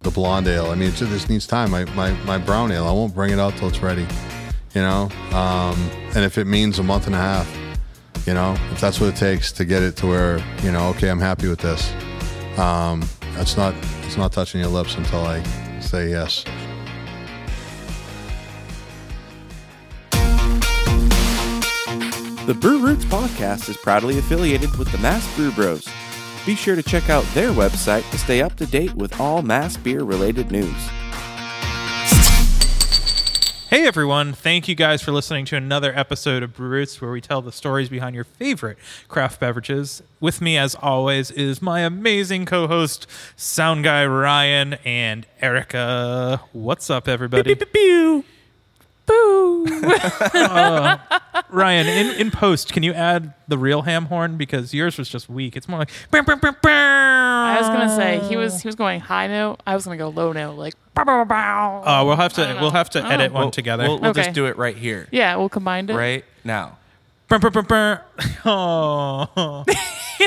the blonde ale. I mean, it just needs time. My, my, my brown ale, I won't bring it out till it's ready, you know? Um, and if it means a month and a half, you know, if that's what it takes to get it to where, you know, okay, I'm happy with this. Um, that's not, it's not touching your lips until I say yes. The Brew Roots podcast is proudly affiliated with the Mass Brew Bros. Be sure to check out their website to stay up to date with all Mass beer related news. Hey everyone, thank you guys for listening to another episode of Brew Roots where we tell the stories behind your favorite craft beverages. With me, as always, is my amazing co host, Sound Guy Ryan and Erica. What's up, everybody? Pew. Boo. Ryan, in, in post, can you add the real ham horn? Because yours was just weak. It's more like. I I was gonna say he was he was going high note. I was gonna go low note, like bow, bow, bow, bow. Uh, we'll have to don't know. we'll have to I don't edit know. one We'll- together. Oh, We'll, we'll Okay. just do it right here, yeah, we'll combine it. right now. Brr, brr, brr, brr. Oh.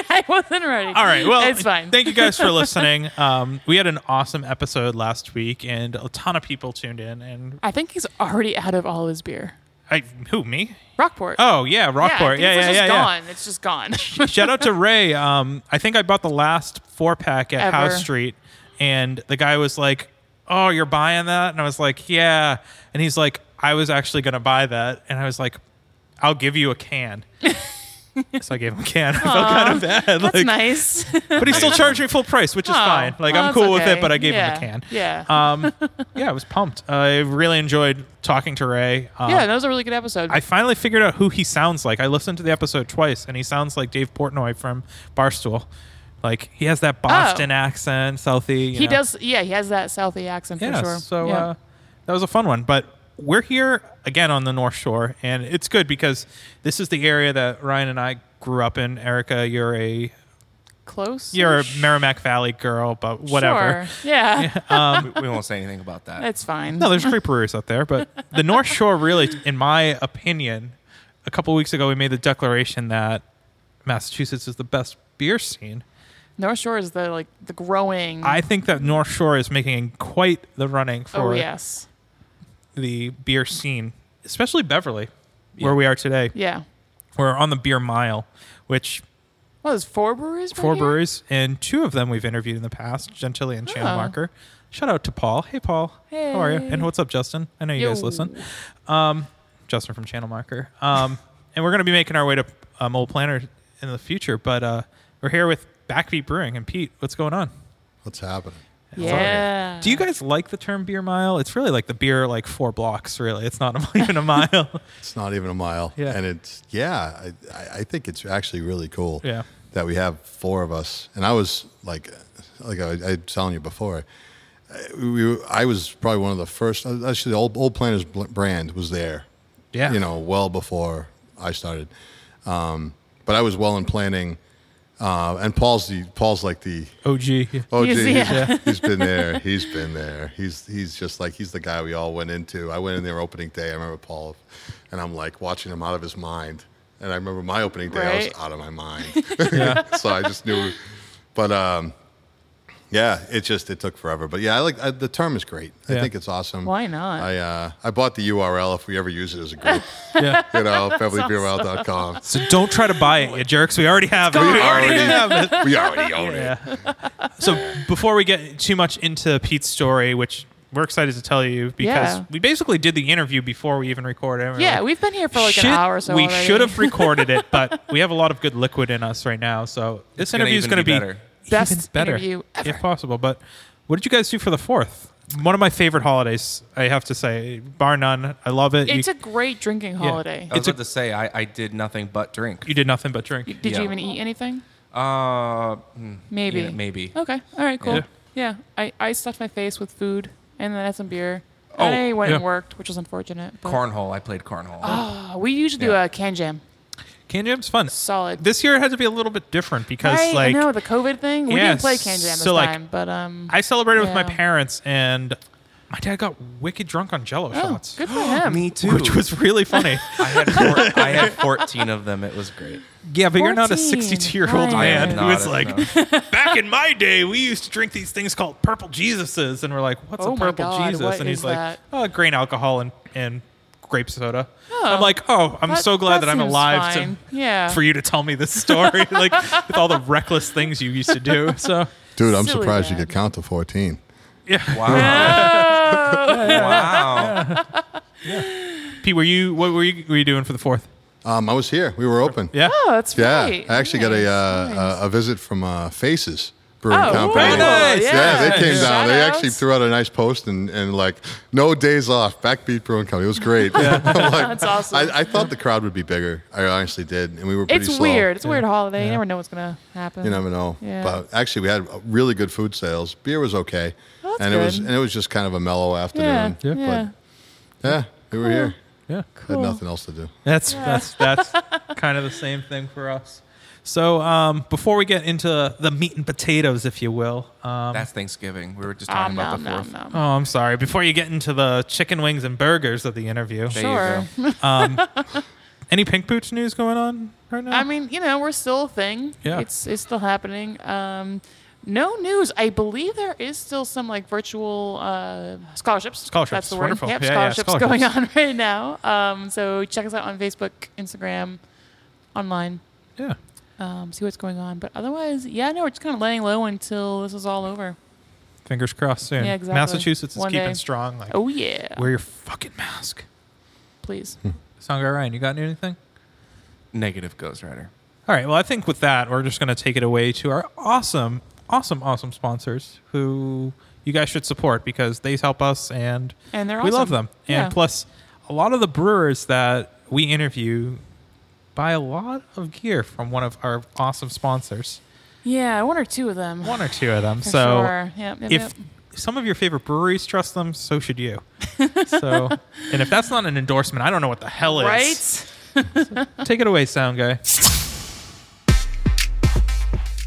I wasn't ready. All right. Well, it's fine. Thank you guys for listening. Um, we had an awesome episode last week, and a ton of people tuned in. And I think he's already out of all his beer. I, who me? Rockport. Oh yeah, Rockport. Yeah, Yeah, I yeah, think yeah, yeah. it's just gone. It's just gone. Shout out to Ray. Um, I think I bought the last four pack at Ever. House Street, and the guy was like, "Oh, you're buying that?" And I was like, "Yeah." And he's like, "I was actually gonna buy that," and I was like, "I'll give you a can." so I gave him a can. I felt kind of bad. That's like, nice. Oh, But he still charged me full price, which is fine. Like I'm cool with it, but I gave him a can. Yeah. um, yeah, I was pumped. I really enjoyed talking to Ray. Um, yeah, that was a really good episode. I finally figured out who he sounds like. I listened to the episode twice, and he sounds like Dave Portnoy from Barstool. Like he has that Boston accent, Southie. you Oh. he know. does. Yeah, he has that Southie accent Yeah. for sure. So yeah. Uh, that was a fun one, but. We're here again on the North Shore, and it's good because this is the area that Ryan and I grew up in. Erica, you're a close. you're a Merrimack Valley girl, but whatever. Um, Sure. Yeah, We, we won't say anything about that. that's fine. No, there's great breweries out there, but the North Shore really, in my opinion, a couple weeks ago we made the declaration that Massachusetts is the best beer scene. North Shore is the like the growing. I think that North Shore is making quite the running oh for yes, the beer scene, especially Beverly, where we are today. yeah. We're on the beer mile, which Well, there's four breweries. right four here? breweries and two of them we've interviewed in the past, Gentilly and Channel Oh, Oh. Marker. Shout out to Paul. Hey Paul. How are you? Hey. And what's up, Justin? I know you guys Yo. listen. Um, Justin from Channel Marker. Um, and we're gonna be making our way to um, Old Planner in the future, but uh, we're here with Backbeat Brewing and Pete. What's going on? What's happening? Yeah. Do you guys like the term beer mile? It's really like the beer like four blocks. Really, it's not even a mile. It's not even a mile. Yeah. And it's, yeah, I- I, I think it's actually really cool Yeah. that we have four of us. And I was like, like I, I was telling you before, I- we, were- I was probably one of the first, actually, the old, old Planners bl- brand was there, Yeah. you know, well before I started. Um, but I was well in planning. Uh, and Paul's the, Paul's like the, OG. Oh, He's- gee, he's, yeah. he's been there. He's been there. He's he's just like he's the guy we all went into. I went in there opening day. I remember Paul, and I'm like watching him out of his mind. And I remember my opening day. I was Right. out of my mind. so I just knew. But um, yeah, it just it took forever. But yeah, I like I, the term is great. I Yeah. think it's awesome. Why not? I uh, I bought the URL if we ever use it as a group. Yeah. you know, familybeermile.com. So don't try to buy it, you jerks. We already have it. We We already already- have it. We already own it. Yeah. So before we get too much into Pete's story, which we're excited to tell you because Yeah. we basically did the interview before we even recorded. and we were Yeah, like, we've been here for like "Shit, an hour or so. We already." should have recorded it, but we have a lot of good liquid in us right now. So this gonna interview is even going to be be, better. Best even better interview ever. if possible. But what did you guys do for the fourth? One of my favorite holidays, I have to say, bar none. I love it. It's you, a great drinking holiday. I was It's a- about to say I, I did nothing but drink. you did nothing but drink. Did yeah. you even eat anything? Uh, mm, Maybe. yeah, maybe. Okay. All right. Cool. hmm. Yeah. Yeah. I, I stuffed my face with food and then had some beer. Oh, and I went yeah. and worked, which was unfortunate. but- Cornhole. I played cornhole. Oh, we usually do Yeah. a can jam. Can jam's fun. Solid. This year it had to be a little bit different because, right? like, I know the COVID thing. We Yeah, didn't play can jam this so, like, time, but um, I celebrated with my Yeah. parents, and My dad got wicked drunk on Jello Oh, shots, good for him. Me too. which was really funny. I had, four, I had 14 of them. It was great. yeah, but you're not a 14. 62 year old Wow. I man am who not is a- like, back in my day, we used to drink these things called purple Jesuses, and we're like, what's Oh a my purple God, Jesus? what and he's is like, that? oh, grain alcohol and and grape soda. I'm like, oh, I'm That- so glad that, I'm seems alive fine. to yeah. for you to tell me this story, like with all the reckless things you used to do. So, Dude, I'm Silly surprised you man. could count to 14. yeah. Wow. Oh. wow. Pete, were you what were you were you doing for the fourth? Um, I was here. We were open. Yeah. Oh, that's Yeah. right. I actually got a, uh, Nice, nice. a a visit from uh, Faces Brewing Oh, Company. Very nice. Yeah, yeah. they came Yeah. down. They Shout actually outs. threw out a nice post and, and like no days off. Backbeat Brewing Company. It was great. I'm like, That's awesome. I, I thought the crowd would be bigger. I honestly did, and we were pretty it's slow. weird. It's a weird holiday. You never know what's gonna happen. You never know. Yeah. But actually, we had really good food sales. Beer was okay, Well, that's and it was good. and it was just kind of a mellow yeah, afternoon. yeah, Oh, Yeah. But yeah, we were here. Yeah. Cool. Had nothing else to do. That's that's that's kind of the same thing for us. So um, before we get into the meat and potatoes, if you will. Um, That's Thanksgiving. We were just Om talking about nom the fourth. nom nom. oh, I'm sorry. Before you get into the chicken wings and burgers of the interview, There you Sure. go. any pink pooch news going on right now? I mean, you know, we're still a thing. Yeah. It's it's still happening. Um, no news. I believe there is still some like virtual uh, scholarships. Scholarships. That's the word. Wonderful. Yep, Yeah, yeah, scholarships, going on right now. Um, so check us out on Facebook, Instagram, online. yeah. Um, see what's going on. But otherwise, yeah, no, we're just kind of laying low until this is all over. Fingers crossed soon. Yeah, exactly. Massachusetts is One keeping day. strong. Like, Oh yeah. wear your fucking mask. Please. Hmm. Songar Ryan, you got anything? Negative Ghost Rider. All right. Well, I think with that, we're just going to take it away to our awesome, awesome, awesome sponsors who you guys should support because they help us and And they're we love awesome. them. Yeah. And plus, a lot of the brewers that we interview buy a lot of gear from one of our awesome sponsors, Yeah, one or two of them. one or two of them. For so sure. Yep, yep, if yep. some of your favorite breweries trust them, so should you. so, and if that's not an endorsement, I don't know what the hell is. right. Take it away, sound guy.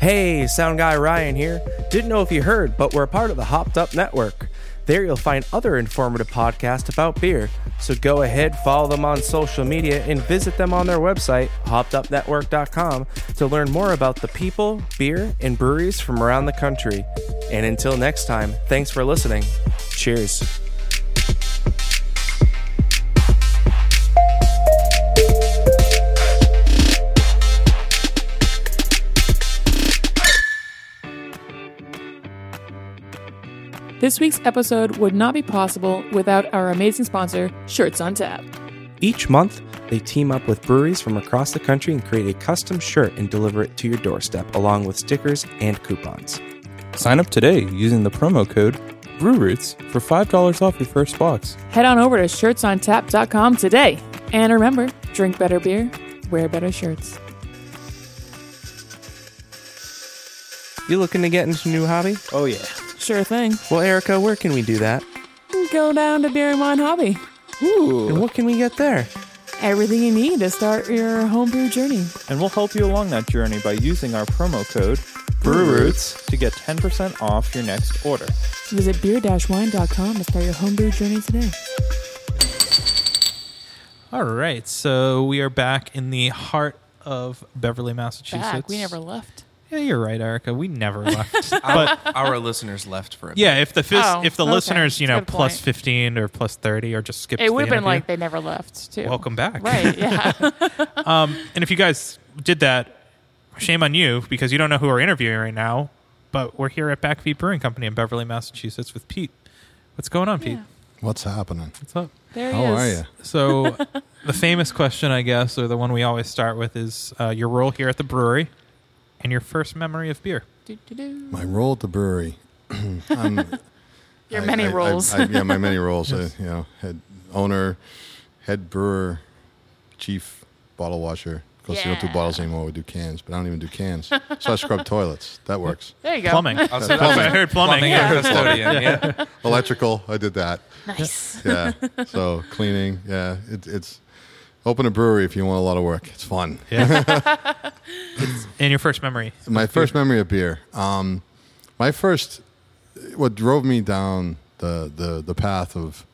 Hey, sound guy Ryan here. Didn't know if you heard, but we're a part of the Hopped Up Network. There you'll find other informative podcasts about beer, so go ahead, follow them on social media, and visit them on their website, hoppedupnetwork.com, to learn more about the people, beer, and breweries from around the country. And until next time, thanks for listening. Cheers. This week's episode would not be possible without our amazing sponsor, Shirts on Tap. Each month, they team up with breweries from across the country and create a custom shirt and deliver it to your doorstep, along with stickers and coupons. Sign up today using the promo code BrewRoots for $5 off your first box. Head on over to shirtsontap.com today. And remember, drink better beer, wear better shirts. You looking to get into a new hobby? Oh, yeah. Sure thing. Well, Erica, where can we do that? Go down to Beer and Wine Hobby. And what can we get there? Everything you need to start your homebrew journey. And we'll help you along that journey by using our promo code BrewRoots to get 10% off your next order. Visit beer-wine.com to start your homebrew journey today. All right, so we are back in the heart of Beverly, Massachusetts. Back. We never left. Yeah, you're right, Erica. We never left. But our listeners left for a bit. yeah, if the fis- Oh, if the okay. listeners, you That's a know, good plus point. fifteen or plus thirty, or just skip. It would have been like they never left too. welcome back, Right. Yeah. Um, and if you guys did that, shame on you because you don't know who we're interviewing right now. But we're here at Backbeat Brewing Company in Beverly, Massachusetts, with Pete. What's going on, Pete? Yeah. What's happening? What's up? there he How are is. you? So, the famous question, I guess, or the one we always start with, is uh, your role here at the brewery and your first memory of beer. Do, do, do. My role at the brewery. I'm- Your I- many I- I- roles. I- yeah, my many roles. I, you know, head owner, head brewer, chief bottle washer. Of course, we don't do Yeah. bottles anymore. We do cans, but I don't even do cans. so I scrub toilets. That works. there you go. Plumbing. I, was, I heard plumbing. Plumbing Yeah. and custodian. Yeah. Electrical. I did that. Nice. Yeah. so cleaning. Yeah. It, it's open a brewery if you want a lot of work. It's fun. And your first memory. my first memory of beer. Um, my first, what drove me down the the the path of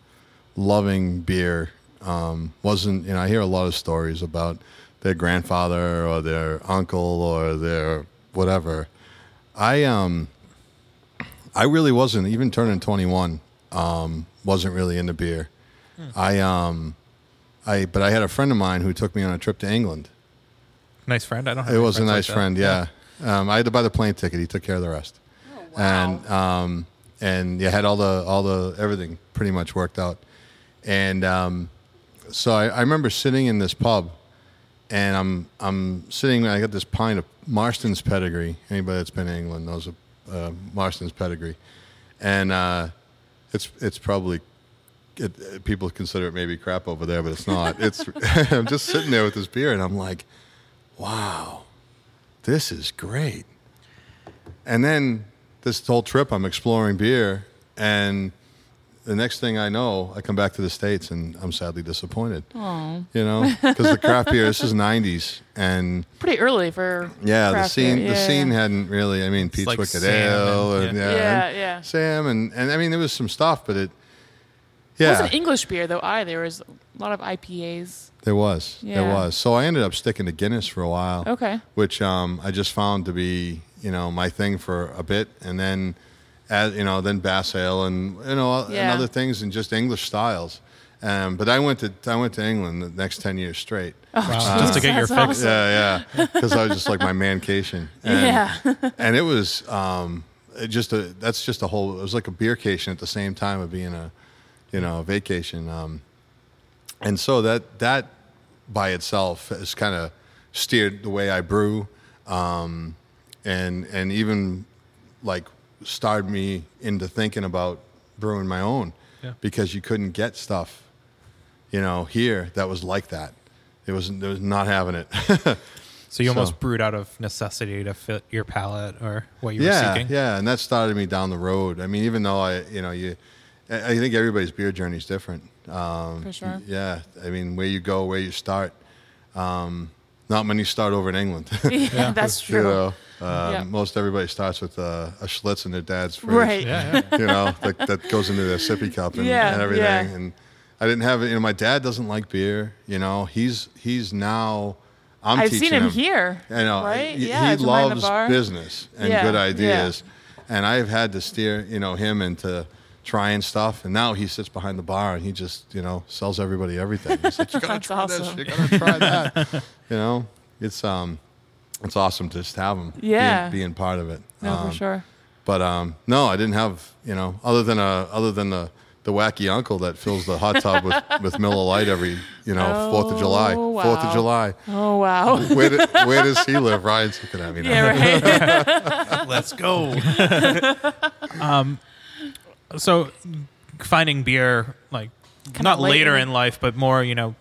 loving beer um, wasn't. You know, I hear a lot of stories about their grandfather or their uncle or their whatever. I um, I really wasn't even turning twenty one. Um, wasn't really into beer. I um, I but I had a friend of mine who took me on a trip to England. Nice friend. I don't. Have It any was a friends like nice that. friend, yeah. Um, I had to buy the plane ticket. He took care of the rest, and um, and yeah, had all the all the everything pretty much worked out. And um, so I, I remember sitting in this pub, and I'm I'm sitting. I got this pint of Marston's Pedigree. Anybody that's been to England knows uh, Marston's Pedigree, and uh, it's it's probably it, it- people consider it maybe crap over there, but it's not. It's I'm just sitting there with this beer, and I'm like, wow, this is great. And then this whole trip, I'm exploring beer, and the next thing I know, I come back to the states, and I'm sadly disappointed. You know, because the craft beer, this is '90s, and Pretty early for yeah, the craft beer. scene the Yeah, scene yeah. hadn't really. I mean, Pete's like Wicked Sam Ale, and- and, yeah. yeah, Yeah, and yeah. Sam, and and I mean, there was some stuff, but it. It Yeah, wasn't English beer though either. There was a lot of IPAs. There was. There Yeah. was. So I ended up sticking to Guinness for a while. Okay. Which um, I just found to be, you know, my thing for a bit. And then, as, you know, then Bass Ale and, you know, and Yeah. other things and just English styles. Um, but I went to I went to England the next 10 years straight. Oh, Wow. Just to get your That's fix. awesome. Yeah, yeah. Because I was just like my mancation. And, Yeah. and it was um, it just a that's just a whole. It was like a beercation at the same time of being a, you know, a vacation. Um, and so that that by itself has kind of steered the way I brew, um, and and even like started me into thinking about brewing my own Yeah. because you couldn't get stuff you know, here that was like that. It was it was not having it. So you almost So- brewed out of necessity to fit your palate or what you yeah, were seeking. yeah, and that started me down the road. I mean, even though I, you know, you, I I think everybody's beer journey is different. Um, For sure. Yeah, I mean, where you go, where you start. Um, not many start over in England. Yeah, that's You true. know, um, Yeah. most everybody starts with uh, a Schlitz in their dad's fridge. Right. Yeah, yeah. you know, that, that goes into their sippy cup and, Yeah, and everything. yeah. And I didn't have it. You know, my dad doesn't like beer. You know, he's he's now. I'm I've teaching seen him here, I know. right? He, Yeah, he it's behind the loves bar. business and Yeah, good yeah. ideas, and I've had to steer you know him into trying stuff. And now he sits behind the bar and he just you know sells everybody everything. He's like, you gotta That's try awesome. this. You gotta try that. you know, it's um, it's awesome to just have him. being- Yeah. being, part of it. No, Um, for sure. but um, no, I didn't have you know other than a other than the the wacky uncle that fills the hot tub with with Miller Lite every you know Fourth of July, Oh, Fourth of wow. July. Oh wow. Where, do, where does he live? Ryan's looking at me now. yeah, right. Let's go. um, so finding beer like not late later in- in life, but more you know,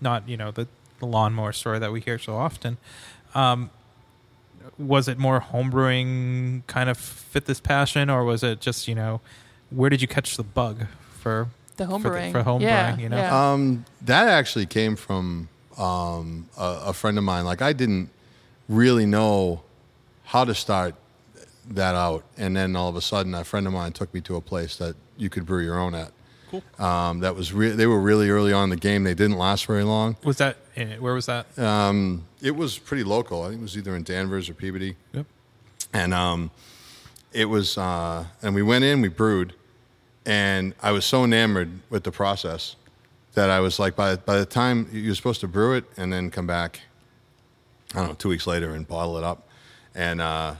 not you know the, the lawnmower story that we hear so often. Um, was it more homebrewing kind of fit this passion, or was it just you know where did you catch the bug for The for the- homebrewing. for homebrewing? Yeah, you know, yeah. Um, that actually came from um, a, a friend of mine. Like I didn't really know how to start that out, and then all of a sudden, a friend of mine took me to a place that you could brew your own at. Cool. Um, that was re- they were really early on in the game. They didn't last very long. was that in it? Where was that? It was pretty local. I think it was either in Danvers or Peabody. Yep. and um, it was uh, and we went in we brewed and i was so enamored with the process that i was like by, by the time you're supposed to brew it and then come back i don't know two weeks later and bottle it up and uh,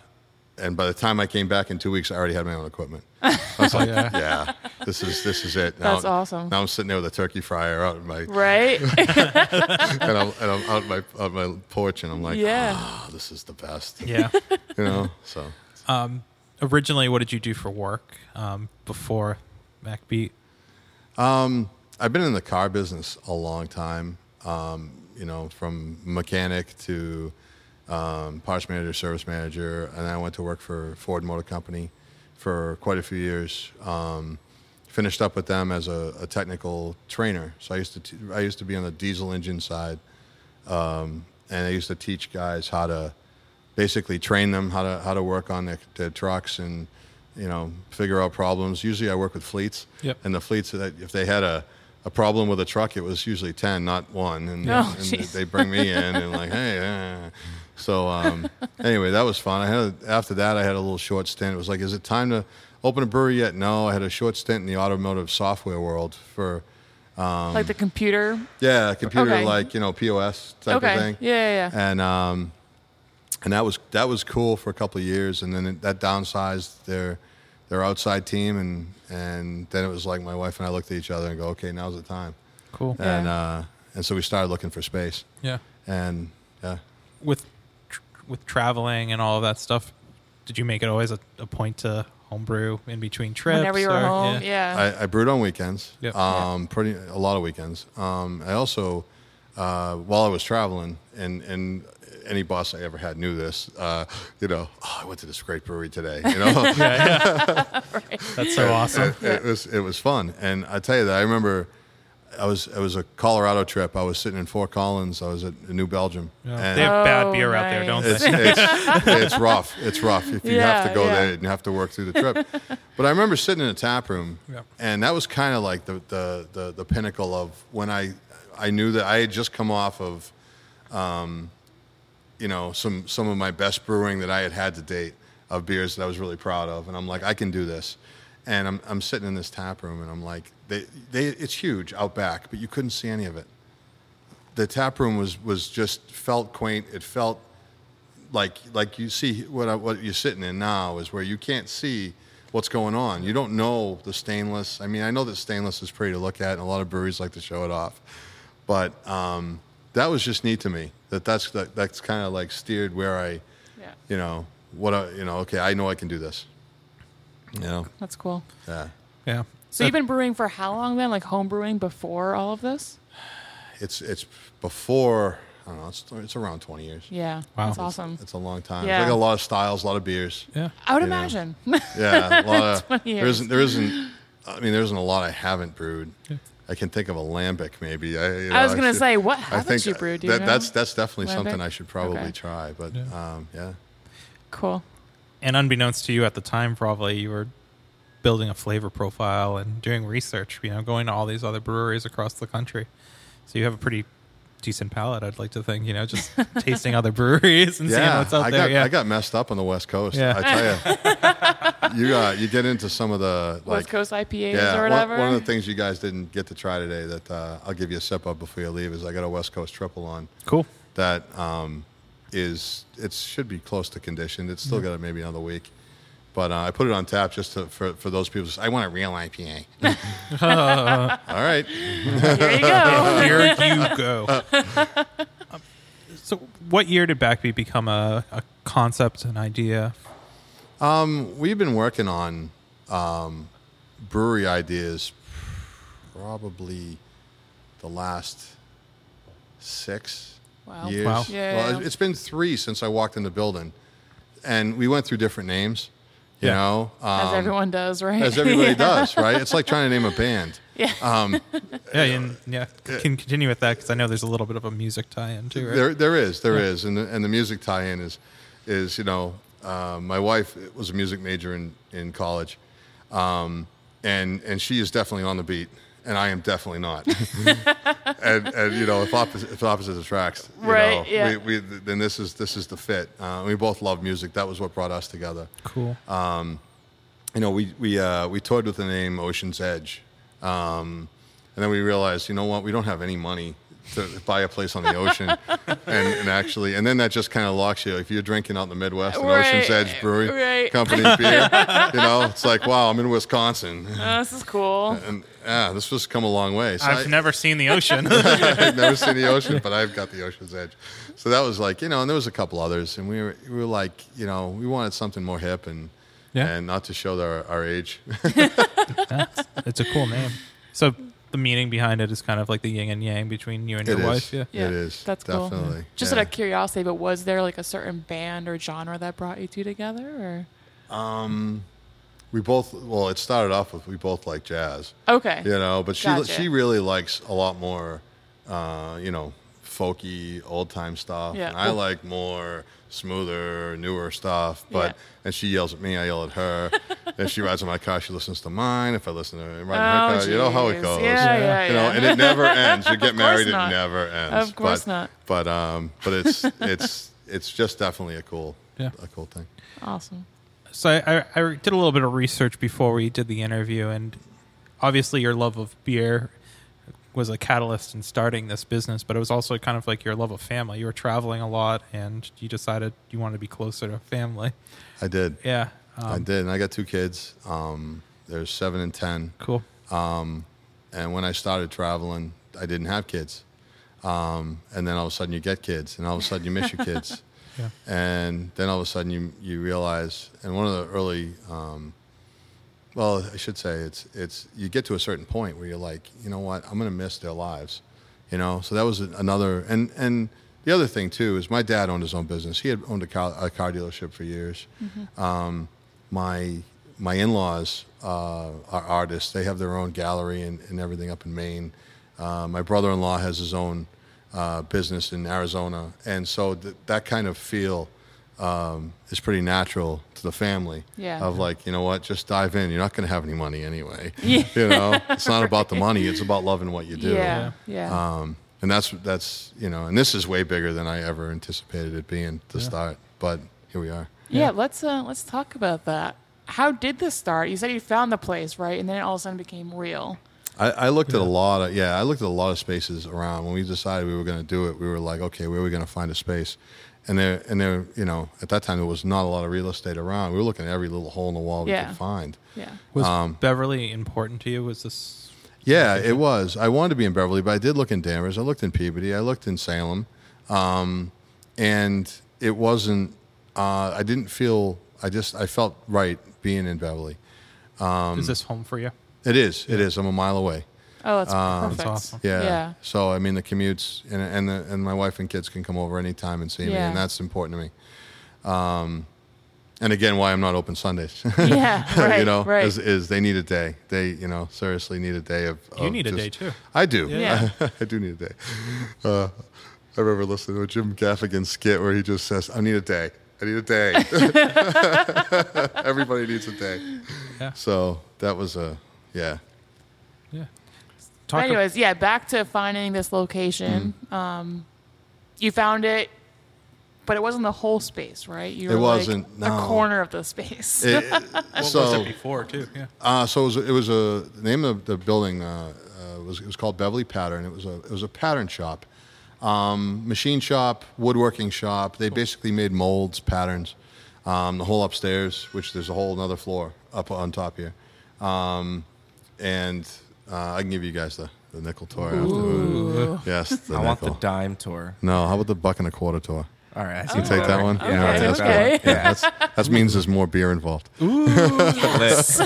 and by the time i came back in two weeks i already had my own equipment i was like yeah. this is this is it That's awesome. now i'm sitting there with a turkey fryer out in my Right. and, I'm, and i'm out my on my porch and i'm like Yeah. "Ah, this is the best Yeah. you know so Originally, what did you do for work um, before MacBeat? I've been in the car business a long time. Um, you know, from mechanic to um, parts manager, service manager, and I went to work for Ford Motor Company for quite a few years. Um, finished up with them as a, a technical trainer. So I used to t- I used to be on the diesel engine side, um, and I used to teach guys how to basically train them how to how to work on their, their trucks and you know, figure out problems. Usually I work with fleets. Yep. And the fleets, that if they had a, a problem with a truck, it was usually 10, not one. And, Oh, and jeez. they bring me in and like, hey. eh. So um, anyway, that was fun. I had a, after that, I had a little short stint. It was like, is it time to open a brewery yet? No. I had a short stint in the automotive software world for um, like the computer. yeah, computer Okay. like you know POS type Okay. of thing. Yeah, yeah, yeah. And um, and that was that was cool for a couple of years, and then it, that downsized their their outside team, and and then it was like my wife and I looked at each other and go, okay, now's the time, Cool. and uh, and so we started looking for space, Yeah. and yeah, With tr- with traveling and all of that stuff, did you make it always a, a point to homebrew in between trips? Whenever you were or- home, yeah. I, I brewed on weekends, Yep. um, pretty a lot of weekends. Um, I also uh, while I was traveling, and and any boss I ever had knew this, uh, you know, oh, I went to this great brewery today, you know. That's so awesome. it was it was fun, and I tell you that I remember. I was it was a Colorado trip. I was sitting in Fort Collins. I was at New Belgium. Yeah. And They have bad Oh, beer out there, don't it's, they? it's, it's rough. It's rough. If you have Yeah, to go yeah. there and you have to work through the trip. but I remember sitting in a tap room, Yeah. and that was kind of like the, the the the pinnacle of when I I knew that I had just come off of, um, you know, some some of my best brewing that I had had to date of beers that I was really proud of, and I'm like, I can do this. And I'm, I'm sitting in this tap room, and I'm like, they, they, it's huge out back, but you couldn't see any of it. The tap room was, was just felt quaint. It felt like like you see what I, what you're sitting in now is where you can't see what's going on. You don't know the stainless. I mean, I know that stainless is pretty to look at, and a lot of breweries like to show it off, but um, that was just neat to me. That that's that, that's kind of like steered where I, Yeah. you know, what I you know. Okay, I know I can do this. You know, That's cool. yeah. Yeah. So you've been brewing for how long then? Like home brewing before all of this? It's it's before. I don't know. It's it's around 20 years. Yeah. Wow. That's awesome. It's a long time. Yeah. It's like a lot of styles, a lot of beers. Yeah. I would know. imagine. Yeah, a lot of, 20 there years. isn't there isn't. I mean, there isn't a lot I haven't brewed. I can think of a lambic, maybe. I, you know, I was gonna should- say, what I haven't think you brewed, do you That, know? That's that's definitely something Lambic? I should probably Okay. try. But Um, yeah, cool. And unbeknownst to you at the time, probably you were building a flavor profile and doing research. You know, going to all these other breweries across the country. So you have a pretty decent palate. I'd like to think. You know, just tasting other breweries and seeing yeah. what's out I there. got yeah. I got messed up on the West Coast. Yeah. I tell you, you uh, you get into some of the like, West Coast IPAs Yeah, or one- whatever. One, of the things you guys didn't get to try today that uh, I'll give you a sip of before you leave is I got a West Coast triple on. cool. that um, is it should be close to conditioned. It's still got maybe another week, but uh, I put it on tap just to, for for those people. who say, I want a real IPA. All right, there you go. Here you go. Um, so, what year did Backbeat become a, a concept, an idea? we've been working on um, brewery ideas probably the last six Wow. years. Wow. Yeah, well, yeah, yeah. it's been three since I walked in the building, and we went through different names. You Yeah. know, As um, everyone does, right? as everybody does, right? It's like trying to name a band. Yeah, and, yeah. c- Can continue with that because I know there's a little bit of a music tie-in too. Right? There, there is, there is, and the, and the music tie-in is, is you know, uh, my wife was a music major in in college, um, and and she is definitely on the beat, and I am definitely not. and, and you know, if opposite if opposite attracts, you Right, Know, yeah. we, we, then this is this is the fit. Uh, we both love music. That was what brought us together. Cool. you know, we we uh, we toyed with the name Ocean's Edge, um, and then we realized, you know what, we don't have any money to buy a place on the ocean, and, and actually, and then that just kind of locks you. If you're drinking out in the Midwest, an Ocean's Right, Edge Brewery right. Company beer, you know, it's like, wow, I'm in Wisconsin, Oh, this is cool. and ah, this has come a long way. So I've I- never seen the ocean. I've never seen the ocean, but I've got the ocean's edge. So that was like, you know, and there was a couple others, and we were, we were like, you know, we wanted something more hip and Yeah. and not to show our, our age. That's- it's a cool name. So the meaning behind it is kind of like the yin and yang between you and It your is. wife. Yeah. Yeah, It is. That's cool. definitely. Just yeah. out of curiosity, but was there like a certain band or genre that brought you two together? Or we both. Well, it started off with we both like jazz, okay, you know, but she Gotcha. she really likes a lot more, uh, you know, folky old time stuff, Yeah. and I like more smoother, newer stuff. But Yeah. and she yells at me, I yell at her, if she rides in my car, she listens to mine. If I listen to her, ride in Oh, her car, you know how it jeez. goes. Yeah, yeah, you know, yeah. and it never ends. You get Of course married, not. it never ends. Of course but, not. But um, but it's it's it's just definitely a cool Yeah. a cool thing. Awesome. So I, I, I did a little bit of research before we did the interview, and obviously your love of beer was a catalyst in starting this business, but it was also kind of like your love of family. You were traveling a lot, and you decided you wanted to be closer to family. I did. Yeah, um, I did, and I got two kids. Um, they're seven and ten. cool. And when I started traveling, I didn't have kids. Um, and then all of a sudden you get kids, and all of a sudden you miss your kids. Yeah. And then all of a sudden you, you realize, and one of the early, um, well, I should say it's, it's, you get to a certain point where you're like, you know what, I'm going to miss their lives, you know? So that was another, and, and the other thing too is my dad owned his own business. He had owned a car, a car dealership for years Um, my my in-laws uh, are artists. They have their own gallery and, and everything up in Maine. Uh, my brother-in-law has his own uh, business in Arizona, and so th- that kind of feel um, is pretty natural to the family. Yeah. Of like, you know what? Just dive in. You're not going to have any money anyway. You know, it's not about the money. It's about loving what you do. Yeah. Yeah. Um, and that's that's you know, and this is way bigger than I ever anticipated it being to start. But here we are. Yeah, let's uh, let's talk about that. How did this start? You said you found the place, right? And then it all of a sudden became real. I, I looked at a lot of yeah, I looked at a lot of spaces around. When we decided we were going to do it, we were like, okay, where are we going to find a space? And there, and there, you know, at that time there was not a lot of real estate around. We were looking at every little hole in the wall we Yeah. could find. Yeah. Was Beverly important to you? Was this? Yeah, it was. I wanted to be in Beverly, but I did look in Danvers. I looked in Peabody. I looked in Salem, um, and it wasn't. Uh, I didn't feel. I just. I felt right being in Beverly. is this home for you? It is. It is. I'm a mile away. Oh, that's perfect. That's awesome. Um, Yeah. Yeah. So I mean, the commutes and and the, and my wife and kids can come over anytime and see me, Yeah. and that's important to me. Um, and again, why I'm not open Sundays, Yeah, right. you know, right. is, is they need a day. They, you know, seriously need a day of. You of need a just- day, too. I do. Yeah. I do need a day. Uh, I remember listening to a Jim Gaffigan skit where he just says, "I need a day. I need a day. Everybody needs a day." Yeah. So that was a yeah. Yeah. But Talk ab- anyways, yeah, back to finding this location. Mm-hmm. Um, you found it, but it wasn't the whole space, right? You It were like wasn't, a no. corner of the space. It- what so, was it before too? Yeah. Uh, so it was, it was a the name of the building uh, uh, was it was called Beverly Pattern. It was a it was a pattern shop, um, machine shop, woodworking shop. They basically made molds, patterns. Um, the whole upstairs, which there's a whole another floor up on top here, um, and uh, I can give you guys the, the nickel tour. Ooh. Yes, the I nickel. want the dime tour. no, how about the buck and a quarter tour? All right, I see You take that one. Yeah, All right, that's that's good. okay. Yeah, that's, that means there's more beer involved. Yes.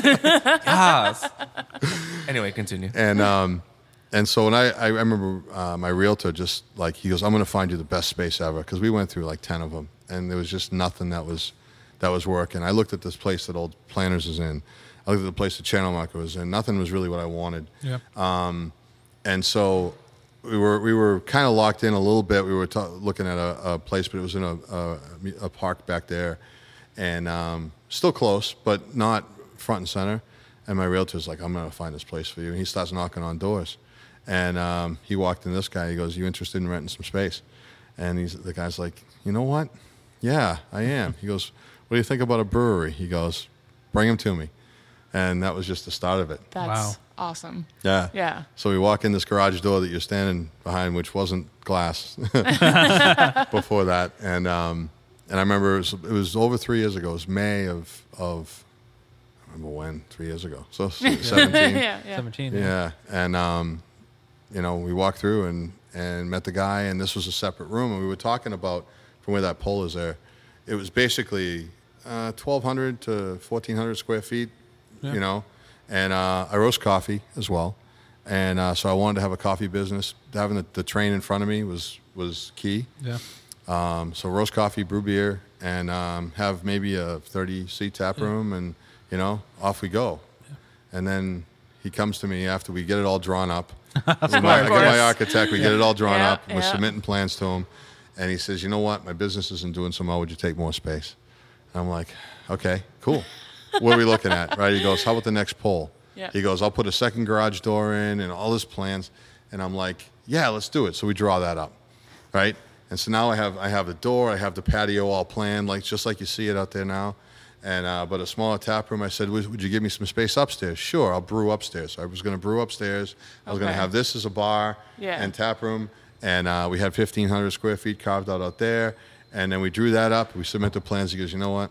Anyway, continue. and um, and so when I I remember uh, my realtor just like he goes, I'm going to find you the best space ever because we went through like ten of them and there was just nothing that was that was working. I looked at this place that Old Planners is in. I looked at the place that Channel Market was in. Nothing was really what I wanted. Yeah. And so we were we were kind of locked in a little bit. We were ta looking at a, a place, but it was in a, a, a park back there, and um, still close, but not front and center. And my realtor's like, "I'm gonna find this place for you," and he starts knocking on doors. And um, he walked in this guy. He goes, "You interested in renting some space?" And he's the guy's like, "You know what? Yeah, I am." He goes, "What do you think about a brewery?" He goes, "Bring them to me." And that was just the start of it. That's Wow. awesome. Yeah. Yeah. So we walk in this garage door that you're standing behind, which wasn't glass before that, and um, and I remember it was, it was over three years ago. It was May of of I don't remember when three years ago. So seventeen. Yeah. Yeah. Seventeen. Yeah, and um, you know, we walked through and and met the guy, and this was a separate room, and we were talking about from where that pole is there. It was basically uh, twelve hundred to fourteen hundred square feet, you know, and uh, I roast coffee as well, and uh, so I wanted to have a coffee business. Having the, the train in front of me was was key. Yeah. Um, so roast coffee, brew beer, and um, have maybe a 30 seat tap room, and you know, off we go. And then he comes to me after we get it all drawn up. I get my architect. We get it all drawn Yeah, up. and We're yeah. submitting plans to him, and he says, "You know what? My business isn't doing so well. Would you take more space?" And I'm like, "Okay, cool." what are we looking at? Right? He goes, how about the next poll? Yeah. He goes, I'll put a second garage door in and all this plans. And I'm like, yeah, let's do it. So we draw that up, right? And so now I have I have the door, I have the patio all planned, like just like you see it out there now. And uh, but a smaller tap room. I said, would, would you give me some space upstairs? Sure, I'll brew upstairs. So I was going to brew upstairs. I was going Okay. to have this as a bar Yeah. and tap room, and uh, we had 1,500 square feet carved out out there. And then we drew that up. We submit the plans. He goes, you know what?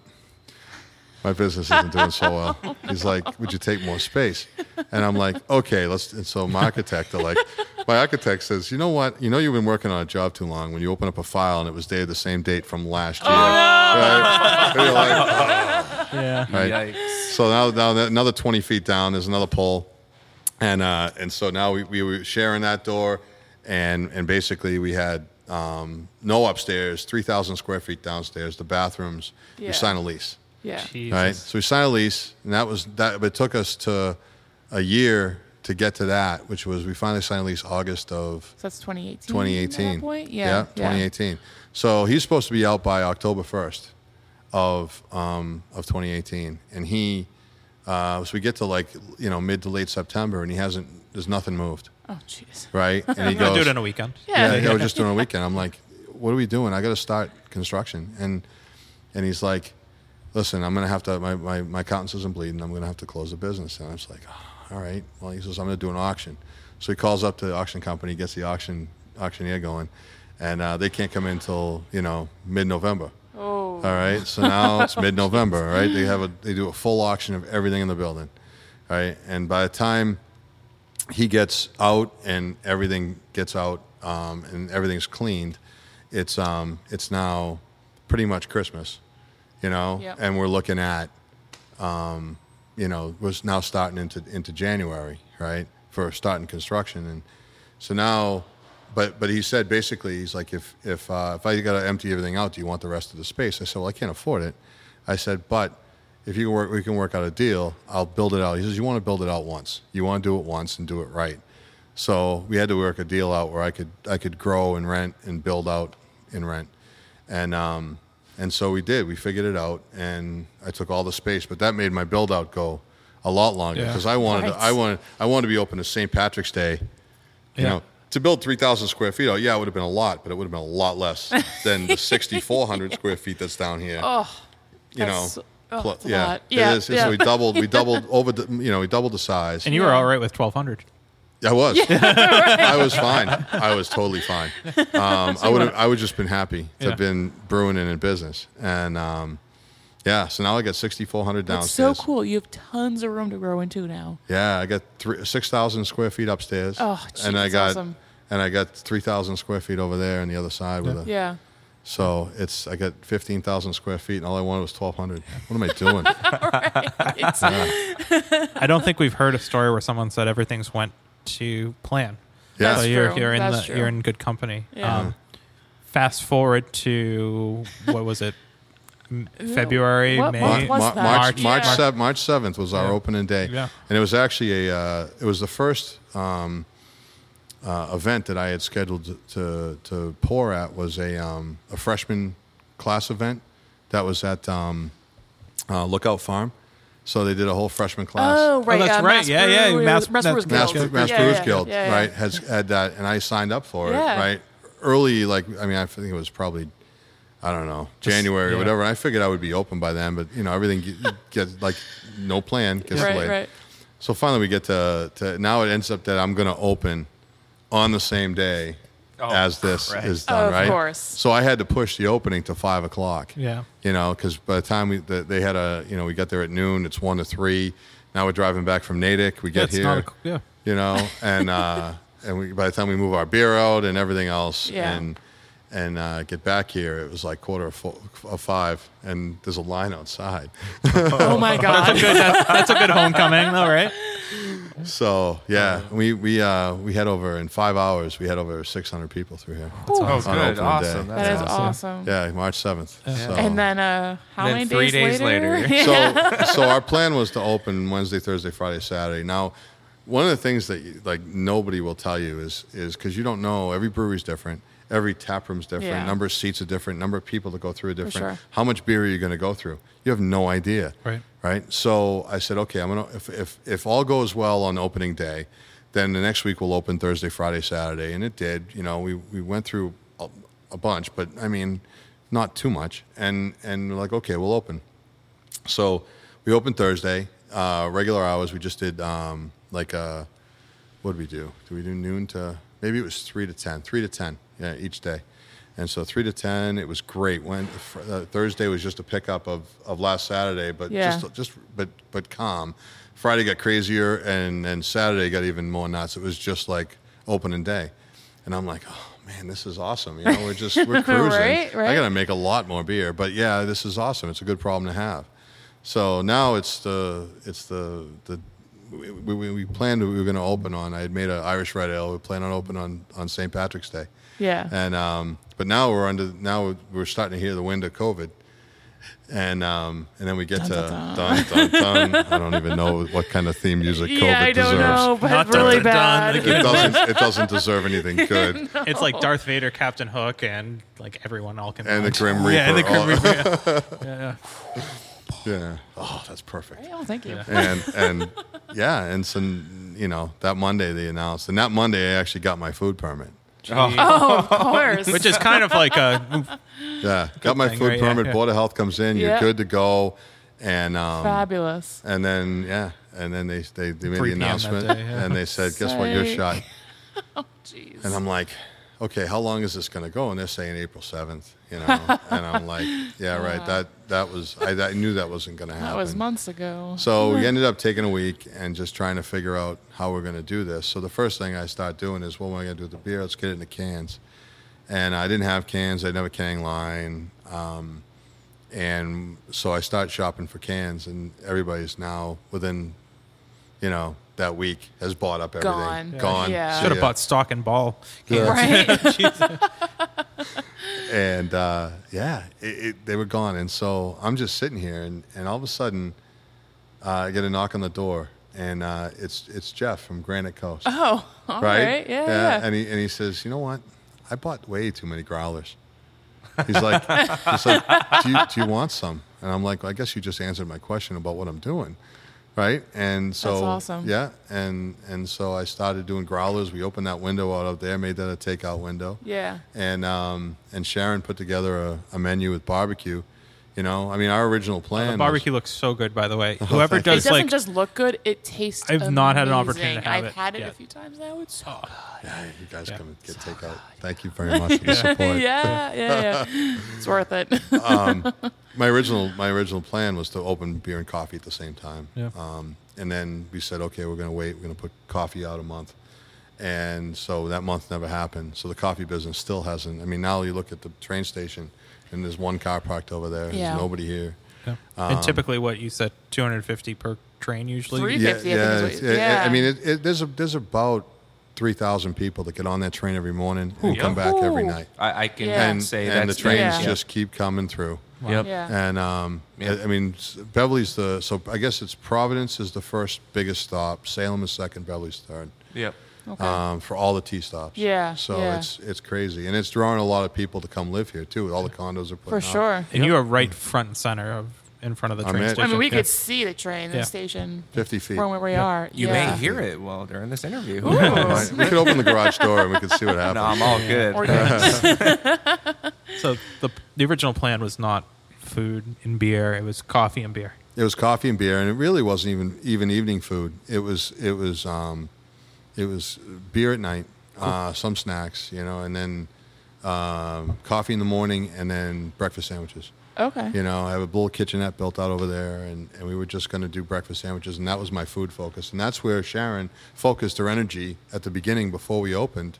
my business isn't doing so well. He's like, would you take more space? And I'm like, okay, let's. And so my architect, they're like, my architect says, you know what? You know you've been working on a job too long when you open up a file and it was dated the same date from last year. Right? And you're like, Yeah. right? Yikes. So now, now that- another 20 feet down, there's another pole. And, uh, and so now we, we were sharing that door. And, and basically, we had um, no upstairs, 3,000 square feet downstairs, the bathrooms. Yeah. We signed a lease. Yeah. Jesus. Right. So we signed a lease, and that was that. But it took us to a year to get to that, which was we finally signed a lease August of So that's 2018. Mm-hmm. at that 2018. point? Yeah. yeah. 2018. So he's supposed to be out by October 1st of um, of 2018, and he uh, so we get to like you know mid to late September, and he hasn't. There's nothing moved. Oh, jeez. Right. And he I'm gonna goes. do it on a weekend. Yeah, Yeah. yeah, we're just doing a weekend. I'm like, what are we doing? I got to start construction. And and he's like, listen, I'm going to have to, my, my, my accountants isn't bleeding. I'm going to have to close the business. And I was like, "Oh, all right. Well, he says, I'm going to do an auction. So he calls up the auction company, gets the auction auctioneer going, and uh, they can't come in until, you know, mid November. Oh. All right. So now it's mid November, right? They have a they do a full auction of everything in the building. All right. And by the time he gets out and everything gets out um, and everything's cleaned, it's um it's now pretty much Christmas. You know? Yep. And we're looking at you know, was now starting into into January, right, for starting construction, and so now, but but he said basically, he's like, if if uh, if I got to empty everything out, do you want the rest of the space? I said, well, I can't afford it. I said, but if you can work, we can work out a deal. I'll build it out. He says, you want to build it out once. You want to do it once and do it right. So we had to work a deal out where I could I could grow and rent and build out and rent, and um, and so we did. We figured it out, and I took all the space, but that made my build out go a lot longer Yeah. because I wanted to, Right. I wanted I wanted to be open to St. Patrick's Day. You Yeah. know, to build three thousand square feet out, yeah, it would have been a lot, but it would have been a lot less than the sixty four hundred square feet that's down here. Oh, you know, that's- oh, plu- it's a yeah, lot. it Yeah, is. It's- yeah. So we doubled, we doubled over, the, you know, we doubled the size. And you were all right with 1,200. I was. I was fine. I was totally fine. Um, I would have. I would just been happy to Yeah. have been brewing and in business, and um, yeah. So now I got sixty four hundred That's downstairs. so cool. You have tons of room to grow into now. Yeah, I got three, six thousand square feet upstairs, Oh, gee, and I that's got awesome. and I got three thousand square feet over there on the other side with a. Yeah. So it's I got fifteen thousand square feet, and all I wanted was twelve hundred. What am I doing? I don't think we've heard a story where someone said everything's went to plan. Yeah. so That's you're, true. you're in That's the, true. you're in good company. Um, Yeah. fast forward to what was it? M- February, What May, Mar- month was Mar- that? March Yeah. March sev- March seventh was our Yeah. opening day, Yeah. and it was actually a uh, it was the first um, uh, event that I had scheduled to to pour at was a um, a freshman class event that was at um, uh, Lookout Farm, so they did a whole freshman class. Oh, right. that's uh, right. Mass Yeah, yeah, Brewer- Mass- Mass that's- Brewers Mass, Guild. Mass Yeah, Brewers yeah, Guild, yeah, yeah. right, has had that, and I signed up for Yeah. it, right, early. Like, I mean, I think it was probably, I don't know, January or yeah. whatever. And I figured I would be open by then, but you know, everything ge- gets like no plan gets Right, delayed. right. So finally, we get to, to now. It ends up that I'm going to open on the same day Oh, as this Christ. is done, Of right? course. So I had to push the opening to five o'clock. Yeah. You know, because by the time we the, they had a you know we got there at noon, it's one to three. Now we're driving back from Natick. We get That's here not a c- yeah. you know, and uh, and we, by the time we move our beer out and everything else, Yeah. and and uh, get back here, it was like quarter of, four, of five, and there's a line outside. Oh my God. That's a good homecoming, though, right? so yeah, we we uh, we had over in five hours, we had over 600 people through here. Oh, On opening good. day. Awesome. That is That's awesome. Yeah, March 7th. So. And then uh, how Then many three days later. Yeah. so so our plan was to open Wednesday, Thursday, Friday, Saturday. Now, one of the things that like nobody will tell you is is because you don't know every brewery's different, every tap room's different, Yeah. number of seats are different, number of people that go through are different. sure. How much beer are you going to go through? You have no idea. Right. Right. So I said, okay, I'm gonna if if if all goes well on opening day, then the next week we'll open Thursday, Friday, Saturday, and it did. You know, we we went through a, a bunch, but I mean, not too much. And and we're like, okay, we'll open. So we opened Thursday, uh, regular hours. We just did um, like uh what did we do? Did we do noon to maybe it was three to ten, three to ten, yeah, each day. And so three to ten, it was great. When fr- uh, Thursday was just a pickup of, of last Saturday, but Yeah. just just but but calm. Friday got crazier, and and Saturday got even more nuts. It was just like opening day, and I'm like, oh man, this is awesome. You know, we're just we're cruising. Right, right. I gotta make a lot more beer, but yeah, this is awesome. It's a good problem to have. So now it's the it's the the we, we, we planned we were going to open on. I had made an Irish red ale. We planned on opening on on St. Patrick's Day, Yeah. and um, but now we're under now we're starting to hear the wind of COVID, and um, and then we get to dun dun dun. I don't even know what kind of theme music COVID yeah, I don't deserves. know, but Not really Dr. Dunn bad. again. It doesn't. It doesn't deserve anything good. It's Oh. like Darth Vader, Captain Hook, and like everyone all can. And the Grim Reaper. Yeah, and the Grim all- Reaper. yeah. yeah. Oh, that's perfect. Oh, thank you. and and yeah, and so you know that Monday they announced, and that Monday I actually got my food permit. Oh, of course. Which is kind of like a Yeah, got my thing, food right? Yeah, permit. yeah. Board of Health comes in, you're Yeah. good to go, and um, fabulous. and then yeah, and then they they, they made 3 the p.m. that announcement, day, yeah. and they said, guess what, you're Psych. shot. Jeez. And I'm like, okay, how long is this going to go? And they're saying April 7th, you know, and I'm like, yeah, right. That that was I, I knew that wasn't going to happen. that was months ago. So we ended up taking a week and just trying to figure out how we're going to do this. So the first thing I start doing is, what am I going to do with the beer? Let's get it into cans. And I didn't have cans. I didn't have a canning line. Um, and so I start shopping for cans, and everybody's now within, you know, that week has bought up everything. Gone. Yeah. Gone. Yeah. See should have ya. bought stock and ball. right. and uh, yeah, it, it, they were gone. And so I'm just sitting here, and, and all of a sudden, uh, I get a knock on the door, and uh, it's it's Jeff from Granite Coast, oh, all right. Yeah, yeah. And he and he says, you know what? I bought way too many growlers. He's like, he's like, do you, do you want some? And I'm like, well, I guess you just answered my question about what I'm doing, right? And so That's awesome. yeah, and and so I started doing growlers. We opened that window out up there, made that a takeout window yeah. and um, and Sharon put together a, a menu with barbecue. You know, I mean, our original plan. The was- barbecue looks so good, by the way. Whoever thank It does doesn't like just look good; it tastes. I've not had an amazing. opportunity to have I've it had it a yet. few times now. It's so Hey, you guys come and get takeout. Thank you very much for the support. yeah, yeah, yeah. it's worth it. Um, My original my original plan was to open beer and coffee at the same time. Yeah. Um, and then we said, okay, we're going to wait. We're going to put coffee out a month. And so that month never happened. So the coffee business still hasn't. I mean, now you look at the train station, and there's one car parked over there. Yeah. There's nobody here. and typically what you said, two hundred fifty per train usually. Three- yeah, 350, I think is what it's- you- I- I yeah. mean, it, it, there's a, there's about three thousand people that get on that train every morning and Ooh. come back every Ooh. night, I, I can Yeah. and say and the that's trains Yeah. just keep coming through. Yep. yeah. And um, Yeah. I, I mean, s- Beverly's the so I guess it's Providence is the first biggest stop, Salem is second, Beverly's third. Yep. Um, for all the T stops, Yeah, So yeah. it's it's crazy, and it's drawing a lot of people to come live here too. All the condos are put for sure. And you are right front and center of in front of the I'm train it. station. I mean, we Yeah. could see the train, the Yeah. station, fifty feet. from where we are. You yeah. may hear it well during this interview. Ooh. no, Right. We could open the garage door and we could see what happens. I'm all good. Or you can just- So the the original plan was not food and beer; it was coffee and beer. It was coffee and beer, and it really wasn't even even evening food. It was it was um, it was beer at night, uh, some snacks, you know, and then um, coffee in the morning, and then breakfast sandwiches. okay. You know, I have a little kitchenette built out over there, and, and we were just going to do breakfast sandwiches, and that was my food focus, and that's where Sharon focused her energy at the beginning before we opened.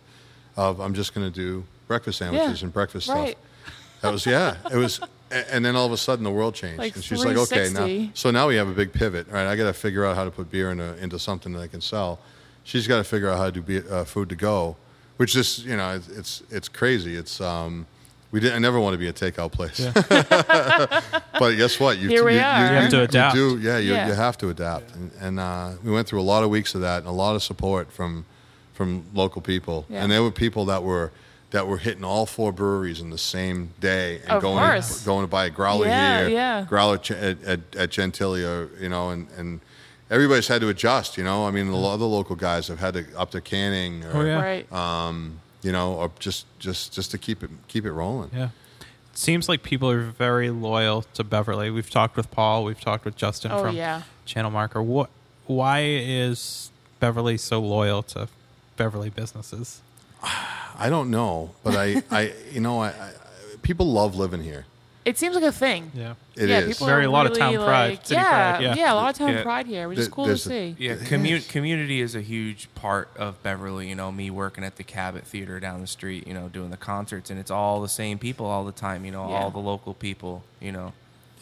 Of I'm just going to do breakfast sandwiches and breakfast right. stuff. That was yeah. It was, a- and then all of a sudden the world changed, Like and she's like, okay, now 360. so now we have a big pivot. All right, I got to figure out how to put beer into into something that I can sell. She's got to figure out how to do beer, uh, food to go, which is you know it's it's, it's crazy. It's um. We did, I never want to be a takeout place, but guess what? You, Here we you, are. You have to adapt. do, yeah, you, Yeah. you have to adapt, and, and uh, we went through a lot of weeks of that, and a lot of support from from local people, Yeah. and there were people that were that were hitting all four breweries in the same day and Of going course. going to buy a growler Yeah, here, yeah. growler ch- at, at, at Gentilia, you know, and, and everybody's had to adjust. You know, I mean, the lo- other local guys have had to up their canning, or, Oh, yeah. Right. uh, you know, or just just just to keep it keep it rolling. Yeah. It seems like people are very loyal to Beverly. We've talked with Paul, we've talked with Justin Oh, from yeah. Channel Marker. What why is Beverly so loyal to Beverly businesses? I don't know, but I, I you know, I, I people love living here. it seems like a thing. Yeah. It is yeah, people Very are a lot of really, town pride, like- city yeah, pride, yeah. yeah, a lot of town Yeah. pride here, which is There- cool to there's a- see. Yeah, commu- community is a huge part of Beverly. You know, me working at the Cabot Theater down the street, you know, doing the concerts, and it's all the same people all the time, you know, Yeah. all the local people, you know.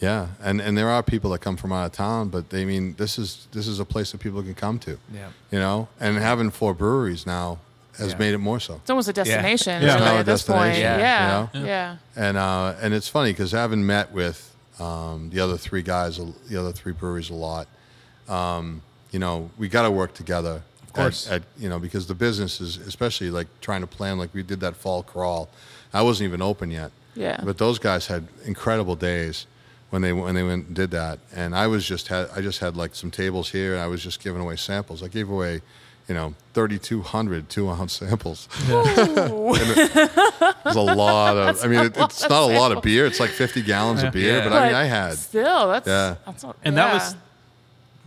Yeah, and and there are people that come from out of town, but they mean this is this is a place that people can come to. Yeah. you know, and having four breweries now has Yeah. made it more so. It's almost a destination Yeah. really, Now a at this point. destination, Yeah. you Yeah. know? And uh, and it's funny because having met with um, the other three guys, the other three breweries a lot, um, you know, we got to work together. Of course. at, you know, because the business is especially like trying to plan like we did that fall crawl. I wasn't even open yet. Yeah. But those guys had incredible days when they when they went and did that, and I was just had I just had like some tables here, and I was just giving away samples. I gave away, you know, 3,200 two ounce samples. There's a lot of. I mean, it, it's not a lot of beer. It's like 50 gallons of beer, Yeah. but I mean, But I had. Still, that's Yeah. that's not, And that yeah. was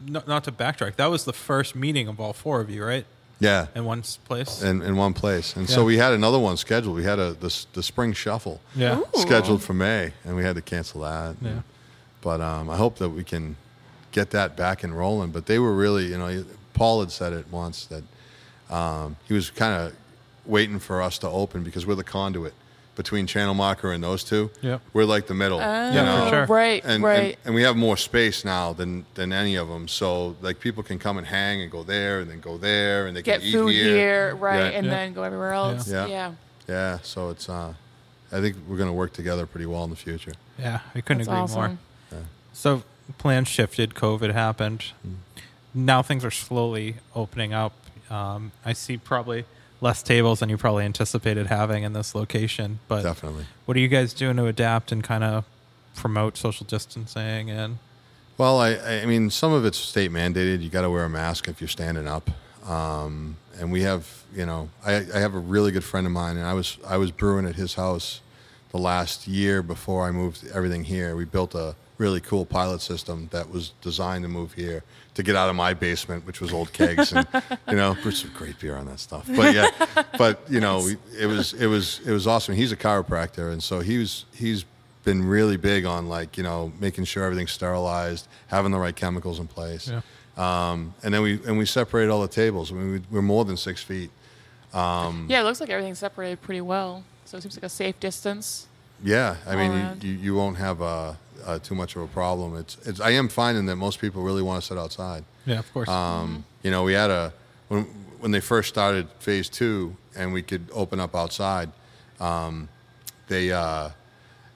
not, not to backtrack. That was the first meeting of all four of you, right? Yeah. In one s- place. in, in one place. And Yeah. so we had another one scheduled. We had a the, s- the spring shuffle yeah. Ooh. scheduled for May, and we had to cancel that. Yeah. But um, I hope that we can get that back and rolling. But they were really, you know, Paul had said it once that um, he was kind of waiting for us to open because we're the conduit between Channel Marker and those two. Yep. We're like the middle. Oh, you know? for sure. Right, and, right. and and we have more space now than than any of them. So like people can come and hang and go there and then go there and they Get can eat food here. here, right, Yeah. and Yeah. then go everywhere else. Yeah. Yeah. Yeah, so it's uh, I think we're going to work together pretty well in the future. Yeah, I couldn't That's agree awesome. more. So plans shifted. COVID happened. Now things are slowly opening up. Um, I see probably less tables than you probably anticipated having in this location. But Definitely. what are you guys doing to adapt and kind of promote social distancing? And Well, I, I mean, some of it's state mandated. You got to wear a mask if you're standing up. Um, and we have, you know, I, I have a really good friend of mine, and I was I was brewing at his house the last year before I moved everything here. We built a really cool pilot system that was designed to move here to get out of my basement, which was old kegs, and you know, brewed some great beer on that stuff. But yeah, but you know, we, it was it was it was awesome. He's a chiropractor, and so he was he's been really big on like you know making sure everything's sterilized, having the right chemicals in place, um, and then we and we separated all the tables. I mean, we, we're more than six feet. Yeah, it looks like everything's separated pretty well. So it seems like a safe distance. Yeah, I mean, you- around. you, you won't have uh, uh, too much of a problem. It's, it's I am finding that most people really want to sit outside. yeah, of course. Um, you know, we had a when when they first started phase two, and we could open up outside. Um, they, uh,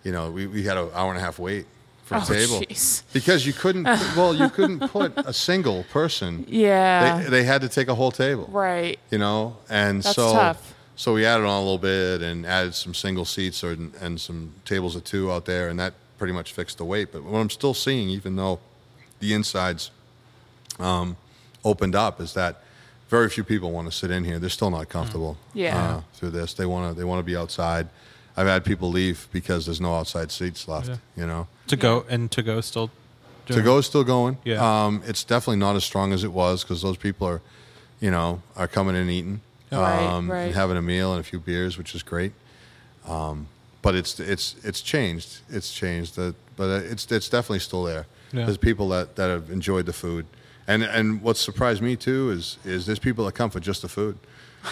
you know, we, we had an hour and a half wait for a Oh, table jeez. because you couldn't. well, you couldn't put a single person. Yeah. They, they had to take a whole table right. you know and That's so tough. so we added on a little bit and added some single seats or, and some tables of two out there and that pretty much fixed the weight but what i'm still seeing even though the insides um, opened up is that very few people want to sit in here they're still not comfortable Mm. Yeah. uh, through this they want to they want to be outside i've had people leave because there's no outside seats left you know to go and to go still. to go is still going. Yeah. Um, it's definitely not as strong as it was because those people are, you know, are coming and eating, Right, um, right. and having a meal and a few beers, which is great. Um, but it's it's it's changed. It's changed. The, but uh, it's it's definitely still there. Yeah. There's people that, that have enjoyed the food, and and what surprised me too is is there's people that come for just the food.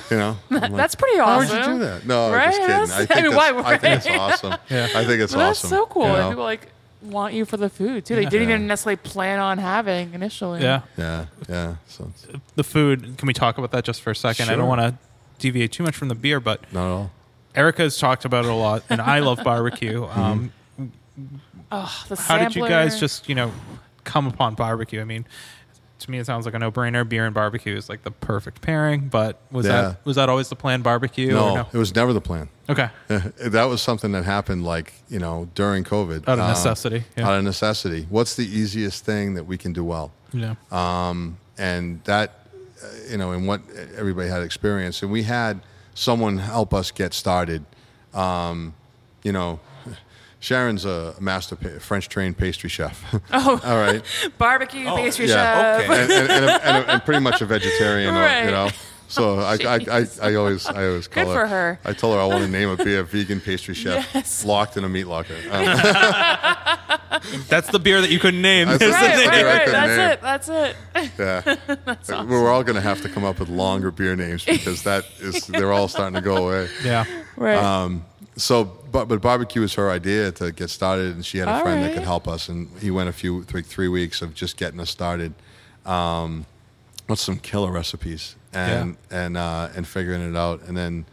You know, I'm like, That's pretty Why awesome. would you do that? No, I'm Right? just kidding. I That's- think, I mean, that's, why I think would- it's awesome. I think it's Well, awesome. That's so cool. you that know? People like want you for the food too. They didn't even necessarily plan on having initially. Yeah. yeah, yeah. So it's- The food. Can we talk about that just for a second? I don't Sure. want to deviate too much from the beer, but not at all. Erica's talked about it a lot, and I love barbecue. Um, Oh, the How did you guys sampler. just, you know, come upon barbecue? I mean, to me it sounds like a no-brainer. Beer and barbecue is like the perfect pairing. But was Yeah. that was that always the plan? Barbecue? No, Or no? it was never the plan. Okay. that was something that happened, like you know, during COVID, Out of Um, necessity, yeah. Out of necessity. What's the easiest thing that we can do well? Yeah. um, and that uh, you know and what everybody had experience and we had someone help us get started um, you know sharon's a master pa- french trained pastry chef oh all right Barbecue, pastry Oh, yeah. chef. and, and, and, a, and, a, and pretty much a vegetarian uh, Right. Oh, you know so I, I, I, I always I always call Good her, for her. I told her I want to name a, be a vegan pastry chef Yes. locked in a meat locker. Um, That's the beer that you couldn't name. That's is the right, Right, name. Right right, right. there, man. That's it. That's it. Yeah. We're all going to have to come up with longer beer names because that is they're all starting to go away. Yeah. Right. Um, so, but, but barbecue was her idea to get started, and she had a All friend that right. could help us, and he went a few three, three weeks of just getting us started um, with some killer recipes and and uh, and figuring it out, and then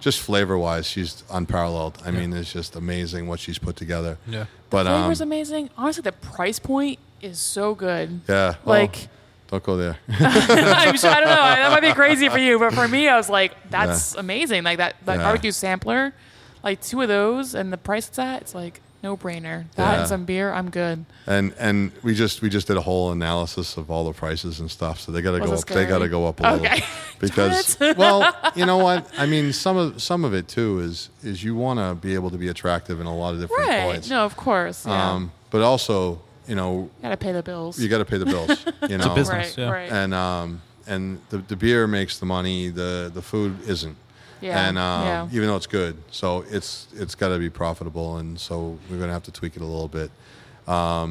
just flavor wise, she's unparalleled. I mean, it's just amazing what she's put together. Yeah. but um, Flavor's amazing. Honestly, the price point is so good. yeah, Oh, Like- don't go there. I'm sure, I don't know. That might be crazy for you, but for me, I was like, that's amazing. Like that, that Yeah. barbecue sampler, like two of those, and the price it's at, it's like no brainer. That Yeah. and some beer, I'm good. and and we just we just did a whole analysis of all the prices and stuff. So they got to Was go it up. They scary? got to go up a Okay. little because well, you know what? I mean, some of some of it too is is you want to be able to be attractive in a lot of different Right? points. No, of course. Yeah. Um, but also, you know, Gotta pay the bills. you got to pay the bills. You know, a business. right, yeah. right. and um, and the, the beer makes the money. The the food isn't. Yeah, And um, yeah. even though it's good, so it's it's got to be profitable, and so we're gonna have to tweak it a little bit, um,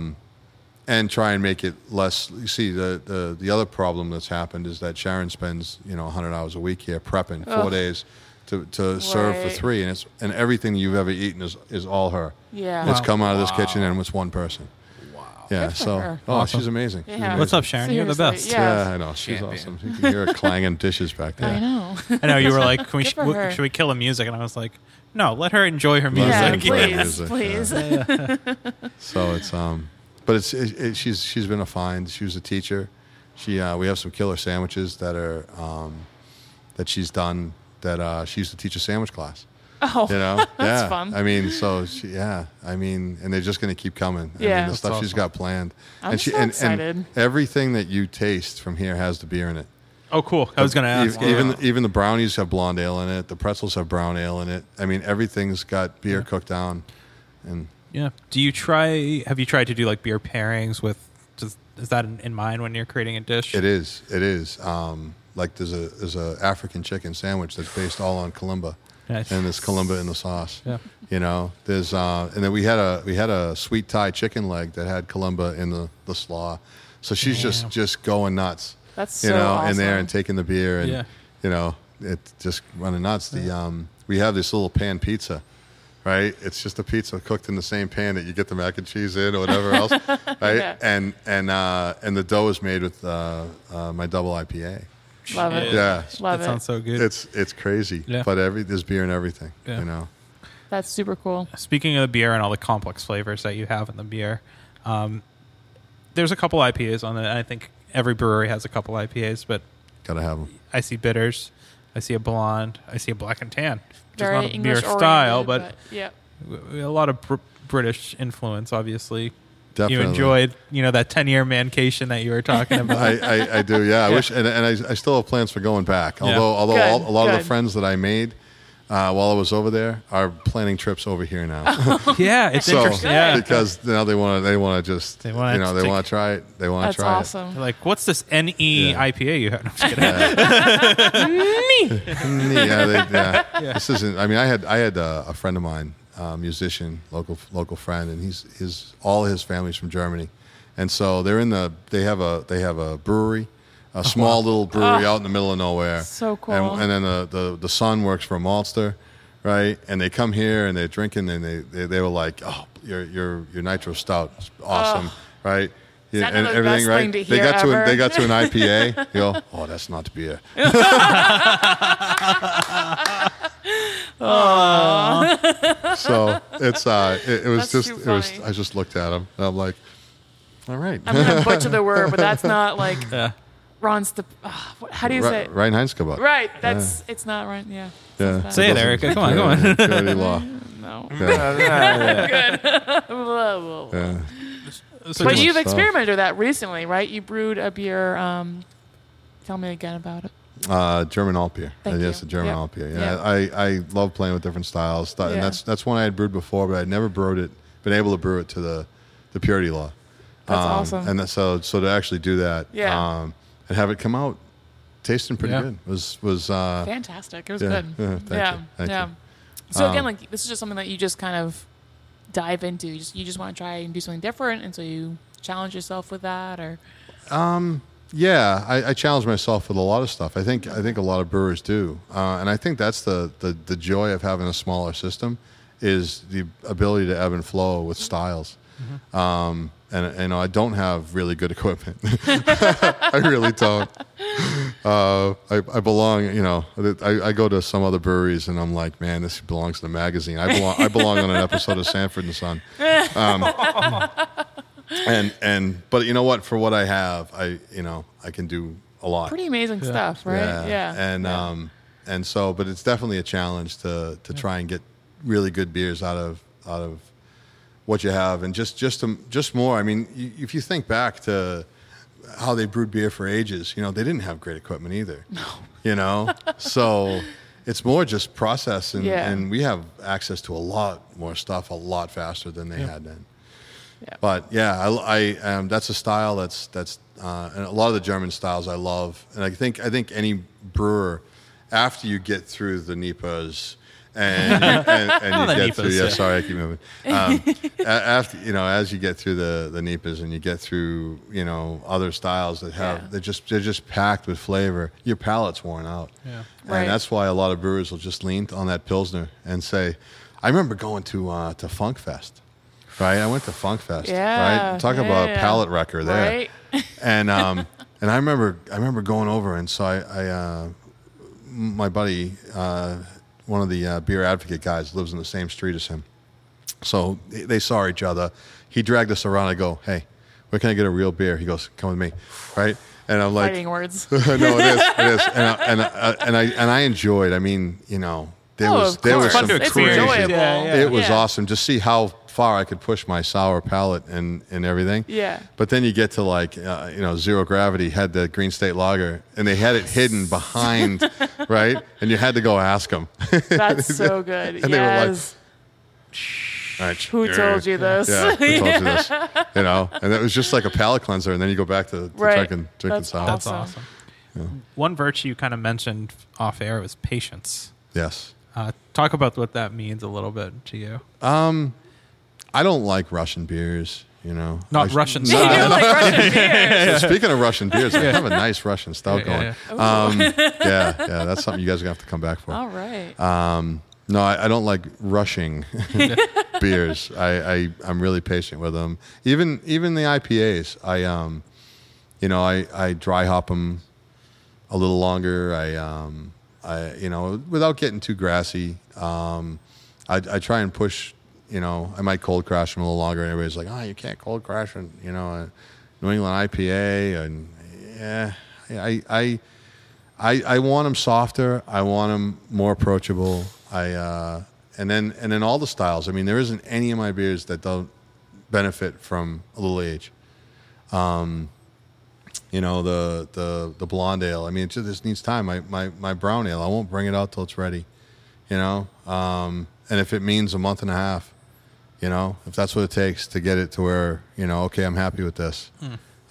and try and make it less. You see, the, the the other problem that's happened is that Sharon spends you know 100 hours a week here prepping four days to, to serve for Right. three, and it's and everything you've ever eaten is is all her. yeah. It's come out of this kitchen and it's one person. Wow. Yeah. Good for So, her. oh, she's amazing. She's Yeah. What's up, amazing. Sharon? You're the best. Seriously, Yeah, I know. She's Champion. awesome. You can hear her clanging dishes back there. I know. I know you were like, can we Good sh- for w- her. should we kill the music? And I was like, no, let her enjoy her music. yeah, Music, please, music, please. So it's um, but it's it, it, she's she's been a find. She was a teacher. She uh, we have some killer sandwiches that are um, that she's done that uh, she used to teach a sandwich class. Oh, You know, That's yeah. fun. I mean, so she, yeah. I mean, and they're just going to keep coming. I Yeah. mean, the That's stuff she's awesome. got planned. I'm and she, so and, excited. And everything that you taste from here has the beer in it. Oh, cool. I was going to ask. Even, even even the brownies have blonde ale in it. The pretzels have brown ale in it. I mean, everything's got beer cooked down. And yeah. Do you try? Have you tried to do like beer pairings with? Does, is that in, in mind when you're creating a dish? it is, it is. Um, like there's a there's a African chicken sandwich that's based all on kalimba, Nice. and there's kalimba in the sauce. Yeah. You know, there's uh, and then we had a we had a sweet Thai chicken leg that had kalimba in the the slaw, so she's just just going nuts. That's you so know in there awesome. and taking the beer and Yeah. you know it's just running nuts. The um, we have this little pan pizza. right? It's just a pizza cooked in the same pan that you get the mac and cheese in or whatever else, right? And and uh, and the dough is made with uh, uh, my double IPA. Love it. Yeah, that Love it. sounds so good. it's it's crazy, Yeah. but every there's beer in everything, Yeah. you know. That's super cool. Speaking of the beer and all the complex flavors that you have in the beer, um, there's a couple IPAs on it. and I think every brewery has a couple IPAs, but Gotta have them. I see bitters, I see a blonde, I see a black and tan, which Very is not a English beer style, oriented, but, yeah. w- w- a lot of br- British influence, obviously. Definitely. You enjoyed, you know, that ten-year mancation that you were talking about. I, I, I do, yeah. I wish, and, and I, I still have plans for going back. Although, although Good, all, a lot of the good. friends that I made uh, while I was over there are planning trips over here now. yeah, it's so interesting. Yeah, because now they want to, they want to just, They you wanna know, they take- want to try it. They want That's to try it. awesome. like what's this E NE Yeah. IPA you had? I'm just kidding. yeah, they, yeah. This isn't. I mean, I had I had uh, a friend of mine, uh, musician, local local friend, and he's his all his family's from Germany, and so they're in the they have a they have a brewery, a small little brewery out in the middle of nowhere. Oh, Ah. So cool. And, and then the, the the son works for a maltster, right? And they come here and they're drinking, and they they, they were like, oh, your your your nitro stout, is awesome, right? Yeah, that the best thing to they hear got to an, ever? they got to an IPA. You go, oh, that's not beer. so it's uh, it, it was That's just too it was. funny. uh, I just looked at him and I'm like, All right. I'm going to butcher the word, but that's not like Yeah. Ron's the. ah, what how do you say? Ri- it? Ryan Heinskabach. Right. That's it's not Ron. Yeah. Yeah. Say it, Erica. Come on, come on. Dirty law. No. Yeah. Blah, blah, blah. yeah. So Too But much you've stuff. experimented with that recently, right? You brewed a beer. Um, tell me again about it. Uh, German alt beer. Thank yes, you. a German Yeah. alt beer. Yeah, Yeah. I, I love playing with different styles, Th- Yeah. and that's that's one I had brewed before, but I'd never brewed it, been able to brew it to the, the purity law. That's Um, awesome. And that, so so to actually do that, Yeah. um, and have it come out tasting pretty Yeah. good was was uh, Fantastic. It was yeah. good. Yeah, thank yeah. you. Thank yeah. you. So again, Um, like this is just something that you just kind of dive into. You just you just want to try and do something different, and so you challenge yourself with that, or Yeah, I, I challenge myself with a lot of stuff. I think I think a lot of brewers do, uh, and I think that's the, the the joy of having a smaller system is the ability to ebb and flow with styles. Um, and and, you know, I don't have really good equipment. I really don't. Uh, I, I belong, you know. I, I go to some other breweries and I'm like, man, this belongs in a magazine. I belong. I belong on an episode of Sanford and Son Um, and and but you know what for what i have i you know i can do a lot pretty amazing stuff, right? Yeah. and um and so but it's definitely a challenge to to try and get really good beers out of out of what you have and just just to, just more i mean you, if you think back to how they brewed beer for ages you know they didn't have great equipment either no you know so it's more just process and, Yeah. and we have access to a lot more stuff a lot faster than they had then but yeah, I, I um, that's a style that's that's uh, and a lot of the German styles I love, and I think I think any brewer after you get through the Nipas and and, and you the get through Nipas, yeah, yeah. sorry I keep moving um, a- after you know as you get through the the Nipas and you get through you know other styles that have Yeah. they're just they're just packed with flavor your palate's worn out yeah and Right. that's why a lot of brewers will just lean on that pilsner and say I remember going to uh, to Funk Fest. Right, I went to Funk Fest. Yeah, right, talk yeah, about yeah. a palette wrecker there. Right. And um, and I remember I remember going over, and so I, I uh, m- my buddy, uh, one of the uh, beer advocate guys, lives in the same street as him. So they they saw each other. He dragged us around. I go, hey, where can I get a real beer? He goes, come with me, right? And I'm like, Fighting words. no, it is, it is, and I, and I, and I and I enjoyed. I mean, you know, there Oh, was of there was course. some to it's experience. enjoyable. Yeah, yeah. it was Yeah. awesome to see how far I could push my sour palate and, and everything. Yeah. But then you get to like, uh, you know, Zero Gravity had the Green State Lager and they had it hidden behind, right? And you had to go ask them. All That's so good. And they were like, yes. right. Who told you this? Yeah, who told you this? You know, and it was just like a palate cleanser. And then you go back to, to Right. drinking, drinking That's sour. That's Awesome. awesome. One virtue you kind of mentioned off air was patience. Yes. Uh, talk about what that means a little bit to you. I don't like Russian beers, you know. Not I- Russian You style. like Russian beer. Speaking of Russian beers, I have a nice Russian stout Yeah, yeah, going. Um, yeah, yeah, that's something you guys are gonna have to come back for. All right. Um, no, I, I don't like rushing beers. I, I I'm really patient with them. Even even the IPAs, I um, you know, I I dry hop them a little longer. I um, I you know, without getting too grassy. Um, I I try and push. You know, I might cold crash them a little longer. And everybody's like, "Oh, you can't cold crash," and you know, a New England IPA, and yeah, I I. I, I want them softer. I want them more approachable. I uh, and then and then all the styles. I mean, there isn't any of my beers that don't benefit from a little age. Um, you know the the the blonde ale. I mean, it just this needs time. My my my brown ale. I won't bring it out till it's ready. You know, um, and if it means a month and a half, you know, if that's what it takes to get it to where you know, okay, I'm happy with this.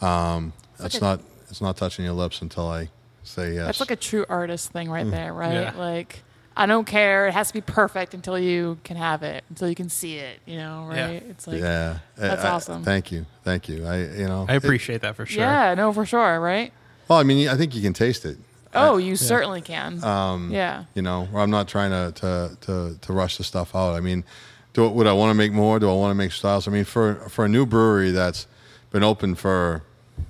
Um, that's not it's not touching your lips until I say yes. That's like a true artist thing Mm. right there, right? Yeah. Like, I don't care. It has to be perfect until you can have it, until you can see it, you know, Yeah. right? It's like, yeah, yeah, That's I- I- awesome. Thank you, thank you. I you know I appreciate that for sure. no, for sure, right? It, well, I mean, I think you can taste it. Oh, you certainly can. Um, yeah. You know, I'm not trying to to to, to rush the stuff out. I mean, do would I want to make more? Do I want to make styles? I mean, for for a new brewery that's been open for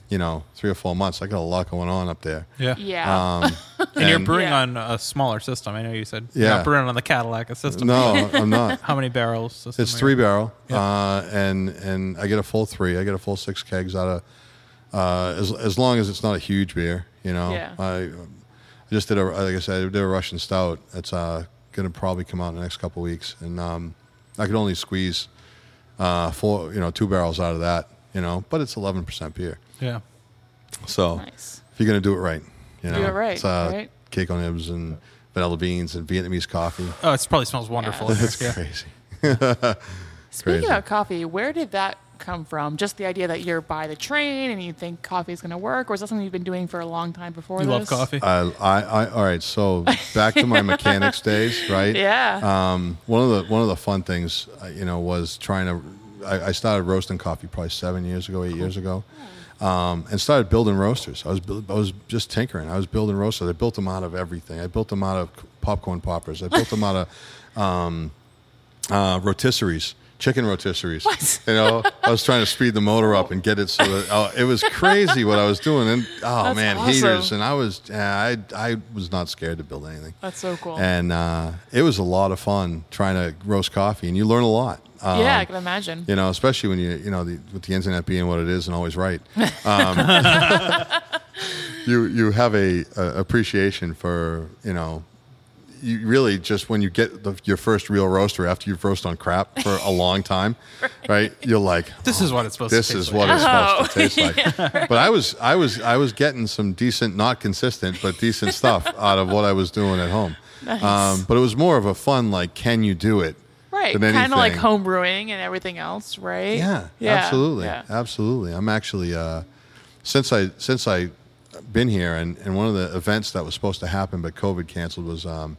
you know, three or four months. I got a lot going on up there. Yeah. Yeah. Um, And you're brewing Yeah. on a smaller system. I know you said you're Yeah. not brewing on the Cadillac a system. No, I'm not. How many barrels? System It's are you- three barrel, uh, and and I get a full three. I get a full six kegs out of uh, as as long as it's not a huge beer. You know, Yeah. I, I just did a like I said, I did a Russian stout. It's uh, going to probably come out in the next couple weeks, and um, I could only squeeze uh, four, you know, two barrels out of that. You know, but it's 11 percent beer, Yeah. so nice. if you're going to do it right, you know, it right, It's, uh, right? Cake on nibs and vanilla beans and Vietnamese coffee. Oh, it probably smells wonderful. in That's there. Yeah. crazy. Speaking Crazy. about coffee, where did that come from? Just the idea that you're by the train and you think coffee is going to work, or is that something you've been doing for a long time before You this? love coffee. I, I, I, all right. So back to my mechanics days, right? Yeah. Um, one of the one of the fun things, uh, you know, was trying to. I, I started roasting coffee probably seven years ago, eight years ago, um, and started building roasters. I was buil- I was just tinkering. I was building roasters. I built them out of everything. I built them out of c- popcorn poppers. I built them out of um, uh, rotisseries, chicken rotisseries. You know, I was trying to speed the motor up and get it so that oh, it was crazy what I was doing. And oh That's man, awesome. heaters. And I was, yeah, I, I was not scared to build anything. That's so cool. And uh, it was a lot of fun trying to roast coffee, and you learn a lot. Um, yeah, I can imagine. You know, especially when you, you know, the, with the internet being what it is and always right, um, you you have a, a appreciation for you know, you really just when you get the, your first real roaster after you've roasted on crap for a long time, right? You're like, This is what it's supposed this to taste is like. what it's supposed to Oh. taste like. But I was I was I was getting some decent, not consistent, but decent stuff out of what I was doing at home. Um, but it was more of a fun like, can you do it? Right. than Kind of like anything. home brewing and everything else, right? Yeah, absolutely, yeah. absolutely. I'm actually uh, since I since I been here, and, and one of the events that was supposed to happen but COVID canceled was um,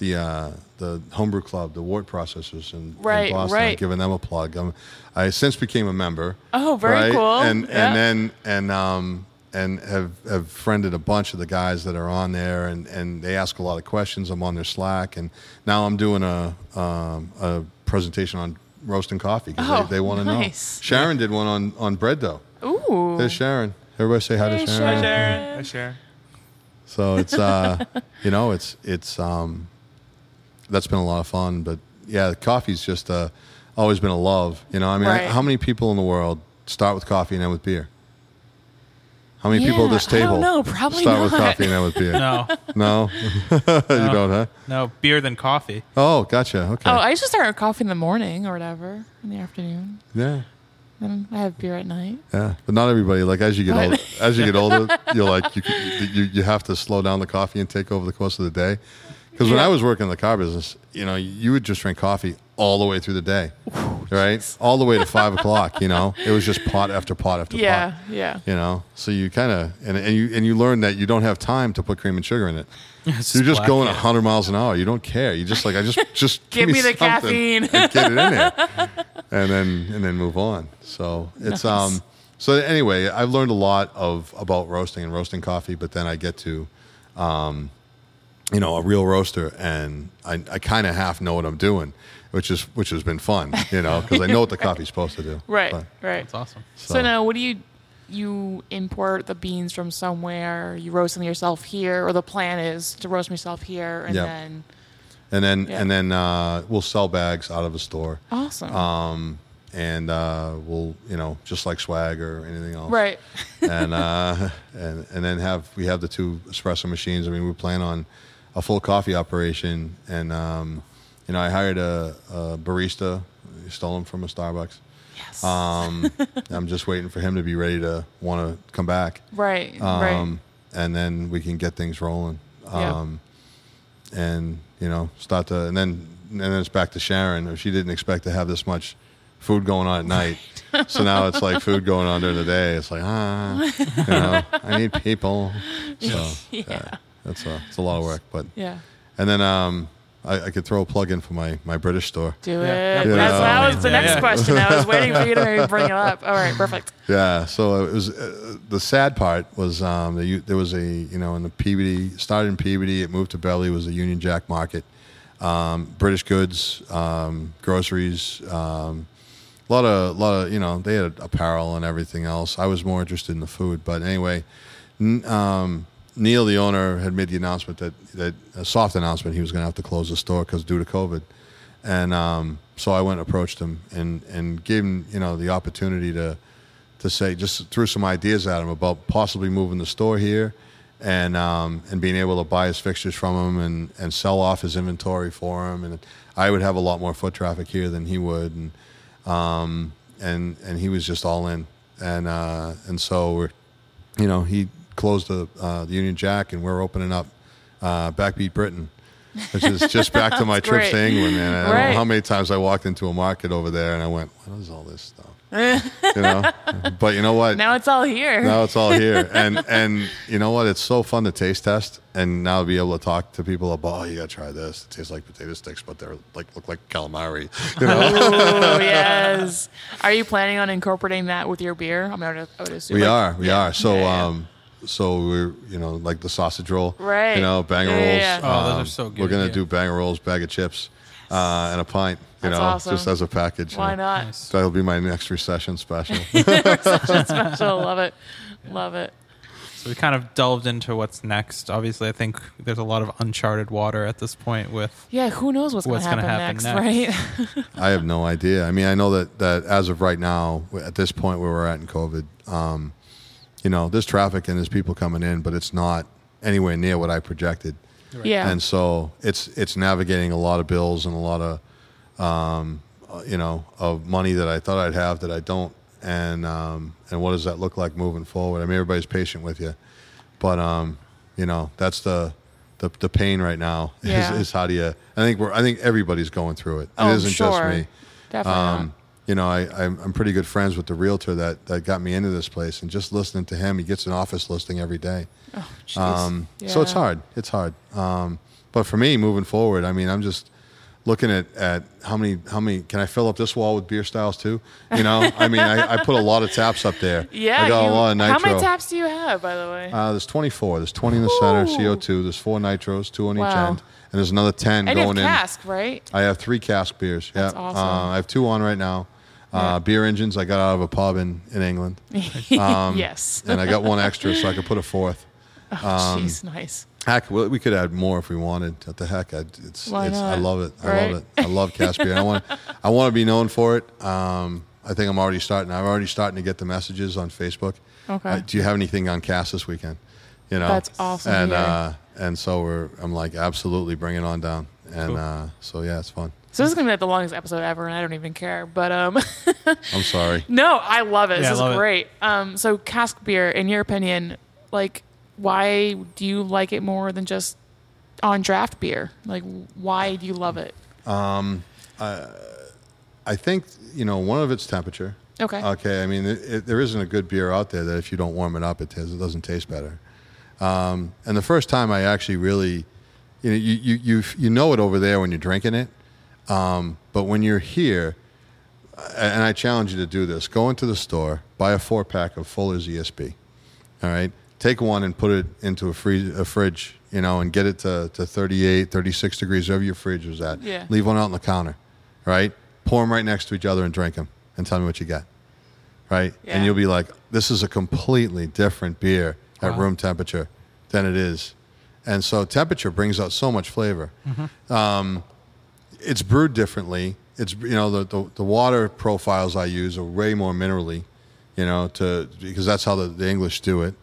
the uh, the homebrew club, the Wart Processors in, in Right, Boston. right. I'm giving them a plug. i I since became a member. Oh, very right? cool. And Yeah. and then and um and have have friended a bunch of the guys that are on there, and and they ask a lot of questions. I'm on their Slack, and now I'm doing a um, a presentation on roasting coffee because Oh, they, they want to nice. know. Sharon did one on on bread dough. Ooh. There's Sharon. Everybody say hi Hey, to Sharon. Sharon. Sharon, I share. So it's uh, you know, it's it's um, that's been a lot of fun. But yeah, coffee's just uh, always been a love. You know, I mean, I- Right. how many people in the world start with coffee and end with beer? How many people at Yeah, this I don't table know. Probably start with not. coffee and end with beer? No, No? you don't, huh? no beer than coffee. Oh, gotcha. Okay. Oh, I used to start with coffee in the morning or whatever, in the afternoon. yeah. Then I have beer at night. Yeah, but not everybody. Like as you get Right. old, as you get older, you're like you, you you have to slow down the coffee intake over the course of the day. Because when Yeah. I was working in the car business, you know, you would just drink coffee all the way through the day, right? All the way to five o'clock. You know, it was just pot after pot after Yeah, pot. yeah. You know, so you kind of and, and you and you learn that you don't have time to put cream and sugar in it. You're just black, going yeah. hundred miles an hour. You don't care. You just like I just just Give me the something caffeine. and get it in there, and then and then move on. So it's Nice. um. So anyway, I've learned a lot of about roasting and roasting coffee, but then I get to, um, you know, a real roaster, and I I kind of half know what I'm doing, which is which has been fun, you know, because I know what the coffee's supposed to do. Right, But- right. That's awesome. So, now, what do you you import the beans from somewhere? You roast them yourself here, or the plan is to roast myself here, and Yeah. then and then Yeah. and then uh, we'll sell bags out of a store. awesome, um, and uh, we'll you know just like swag or anything else, right? and uh, and and then have we have the two espresso machines. I mean, we plan on a full coffee operation, and um, you know, I hired a, a barista, I stole him from a Starbucks. Yes. Um, I'm just waiting for him to be ready to want to come back, right, right. um, and then we can get things rolling. Yeah. Um, and you know start to and then and then it's back to Sharon. She didn't expect to have this much food going on at night, so now it's like food going on during the day. It's like ah, you know, I need people. So yeah, that's a it's a lot of work. But Yeah. and then um, I, I could throw a plug in for my my British store. Do Yeah. it. Yeah. That's, that was the Yeah. next Yeah. question. I was waiting for you to maybe bring it up. All right, perfect. Yeah, so it was uh, the sad part was um, the, there was a you know in the Peabody started in Peabody, it moved to Belly was the Union Jack Market, um, British goods, um, groceries, um, a lot of lot of you know they had apparel and everything else. I was more interested in the food, but anyway, n- um, Neil, the owner, had made the announcement that that a soft announcement he was going to have to close the store because due to COVID, and um, so I went and approached him and and gave him you know the opportunity to to say just threw some ideas at him about possibly moving the store here. And um, and being able to buy his fixtures from him and, and sell off his inventory for him, and I would have a lot more foot traffic here than he would, and um, and and he was just all in, and uh, and so we're, you know, he closed the uh, the Union Jack, and we're opening up uh, Backbeat Britain, which is just back to my That's trips to great. England, man. I don't Right. know how many times I walked into a market over there, and I went, "What is all this stuff?" you know, but you know what? Now it's all here. now it's all here, and and you know what? It's so fun to taste test, and now to be able to talk to people about, "Oh, you got to try this. It tastes like potato sticks, but they're like look like calamari." You know. Oh yes. Are you planning on incorporating that with your beer? I mean, I would, I would assume. We like- are, we yeah. are. So, Yeah, yeah. um, so we're you know like the sausage roll, Right. You know, banger Yeah, rolls. yeah, yeah. Oh, those um, are so good, We're gonna yeah. do banger rolls, bag of chips, uh, and a pint. You That's know, awesome. just as a package. you why know. not? That'll be my next recession special. So love it, love it. So we kind of delved into what's next. Obviously, I think there's a lot of uncharted water at this point with Yeah, who knows what's, What's going gonna to happen happen, next. next, right? I have no idea. I mean, I know that that as of right now, at this point where we're at in COVID, um, you know, there's traffic and there's people coming in, but it's not anywhere near what I projected. Yeah. and so it's it's navigating a lot of bills and a lot of um, uh, you know of money that I thought I'd have that I don't, and um, and what does that look like moving forward? I mean, everybody's patient with you, but um, you know that's the the, the pain right now Yeah. is, is how do you? I think we're I think everybody's going through it. Oh, it isn't just sure. me. Definitely. not. Um, you know, I, I'm, I'm pretty good friends with the realtor that, that got me into this place, and just listening to him, he gets an office listing every day. Jeez. Um, So it's Yeah. hard. It's hard. Um, but for me, moving forward, I mean, I'm just looking at, at how many how many can I fill up this wall with beer styles too? You know, I mean, I, I put a lot of taps up there. Yeah. I got you- a lot of nitro. How many taps do you have, by the way? Uh, there's 24. There's 20 in the center, Ooh. CO2. There's four nitros, two on each Wow. end, and there's another 10 and you have going in. cask, right? I have three cask beers. Yeah, That's awesome. uh, I have two on right now. Uh, Beer engines. I got out of a pub in in England, Um, yes. and I got one extra, so I could put a fourth. Jeez, nice. Heck, we we could add more if we wanted. What the heck? I, it's, Why it's I not? love it. I Right? love it. I love cast beer. I want I want to be known for it. Um, I think I'm already starting. I'm already starting to get the messages on Facebook. Okay. Uh, do you have anything on cast this weekend? You know, That's awesome to And hear. uh, and so we're I'm like absolutely bring it on down. And uh, so yeah, it's fun. So this is gonna be like the longest episode ever, and I don't even care. But um, I'm sorry. no, I love it. Yeah, This I is love it. great. Um, so cask beer, in your opinion, like why do you like it more than just on draft beer? Like why do you love it? I think you know one of its temperature. Okay. Okay. I mean, it, it, there isn't a good beer out there that if you don't warm it up, it, tastes, it doesn't taste better. Um, and the first time I actually really, you know, you you you, you know it over there when you're drinking it, um, but when you're here, a- and I challenge you to do this: go into the store, buy a four pack of Fuller's ESB. All right. Take one and put it into a, free, a fridge, you know, and get it to, to 38, 36 degrees, wherever your fridge was at. Yeah. Leave one out on the counter, right? Pour them right next to each other and drink them and tell me what you got, right? Yeah. And you'll be like, this is a completely different beer at room temperature than it is. And so temperature brings out so much flavor Um, it's brewed differently. It's you know the, the, the water profiles I use are way more minerally, you know, to because that's how the, the English do it.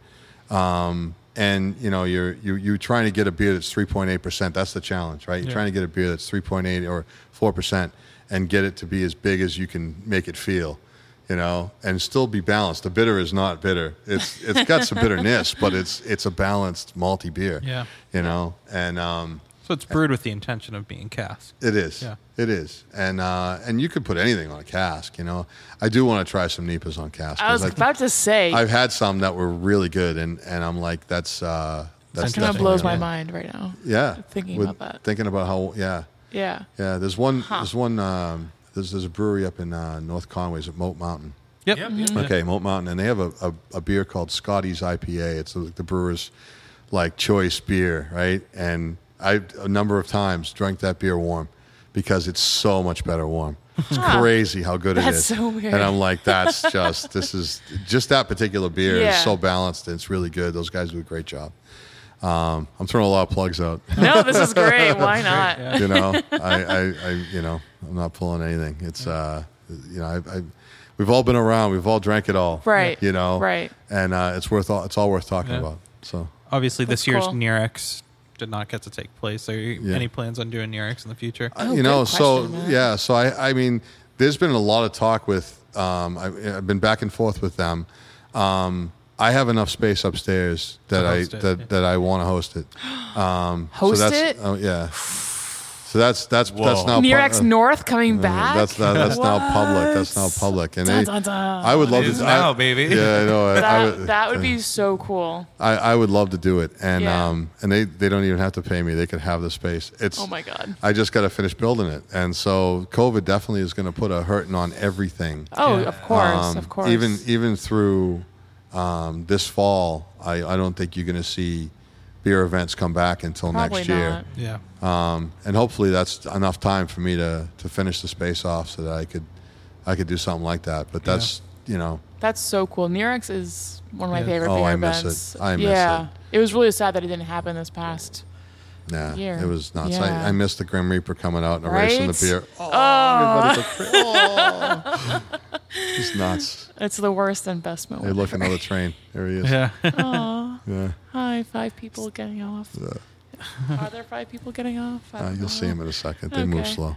Um, and you know you're you you trying to get a beer that's 3.8 percent. That's the challenge, right? You're trying to get a beer that's 3.8 or 4 percent and get it to be as big as you can make it feel, you know, and still be balanced. The bitter is not bitter. It's it's got some bitterness, but it's it's a balanced malty beer. Yeah. you know, and um, so it's brewed with the intention of being cast. it is. Yeah. It is, and uh, and you could put anything on a cask. You know, I do want to try some Nipas on cask. I was 'cause about to say I've had some that were really good, and, and I'm like, that's uh, that's it kind of definitely blows my on. mind right now. Yeah, thinking about that. Thinking about how, yeah, Yeah. yeah. There's one, there's one, um, there's there's a brewery up in uh, North Conway's at Moat Mountain. Yep. Okay, Moat Mountain, and they have a, a, a beer called Scotty's IPA. It's like the brewer's like choice beer, right? And I a number of times drank that beer warm because it's so much better warm. It's crazy how good it That's is. so weird. And I'm like, that's just this is just that particular beer Yeah. is so balanced and it's really good. Those guys do a great job. Um, I'm throwing a lot of plugs out. No, this is great. Why not? you know, I, I, I, you know, I'm not pulling anything. It's, uh, you know, I, I, we've all been around. We've all drank it all. Right. You know. Right. And uh, it's worth all. It's all worth talking about. So Obviously, That's this year's cool. Nerex did not get to take place. Are you, Yeah. any plans on doing Nerex in the future? Oh, uh, you know, good so question, man. yeah, so I, I mean, there's been a lot of talk with. Um, I, I've been back and forth with them. Um, I have enough space upstairs that I host it, that, yeah. that I want to host it. Um, Host so that's, it? Oh yeah. So that's that's that's now Nerex uh, North coming back. That's not, that's now public. That's now public. And they- Dun, dun, dun. I would love is to now, I, baby. Yeah, I know. I, I that, would, uh, that would be so cool. I, I would love to do it, and Yeah. um, and they, they don't even have to pay me. They could have the space. It's Oh my God. I just got to finish building it, and so COVID definitely is going to put a hurting on everything. Oh, of course, Um, of course. Even even through um, this fall, I, I don't think you're going to see beer events come back until Probably next year. not. Yeah. Um, and hopefully that's enough time for me to, to finish the space off so that I could I could do something like that. But that's you know That's so cool. Nerex is one of my Yeah. favorite Oh, beer I miss it. events. I miss yeah. it. was really sad that it didn't happen this past. nah Year. it was nuts. Yeah. I, I missed the Grim Reaper coming out and erasing Right? the beer. Oh, everybody's like, "Oh." it's nuts. It's the worst and best Hey, moment. look another train. There he is. Yeah. Yeah. Hi, five people getting off. Are there five people getting off? I Uh, don't you'll see know. him in a second. They move Okay. slow.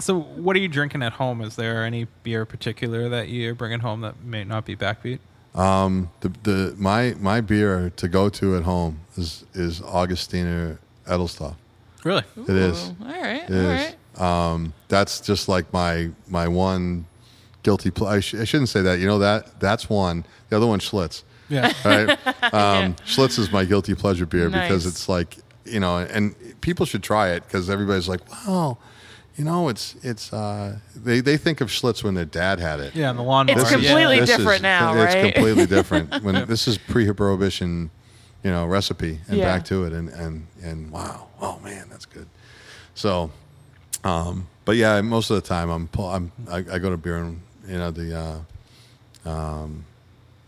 so, what are you drinking at home? Is there any beer particular that you're bringing home that may not be backbeat? Um, The, the my my beer to go to at home is is Augustina Edelstoff. Really? It is. All right. It all is. right. Um, that's just like my my one guilty ple I, sh- I shouldn't say that. You know that that's one. The other one, Schlitz. Yeah. Right? um, Schlitz is my guilty pleasure beer because Nice. it's like you know, and people should try it because everybody's like, wow, you know, it's it's uh, they they think of Schlitz when their dad had it. Yeah, and the lawnmower. It's completely- This different is- now, It's right? completely different. When this is pre-prohibition, you know, recipe and Yeah. back to it, and and and wow, oh man, that's good. So, um, but yeah, most of the time I'm pull- I'm I, I go to beer and you know the, uh, um,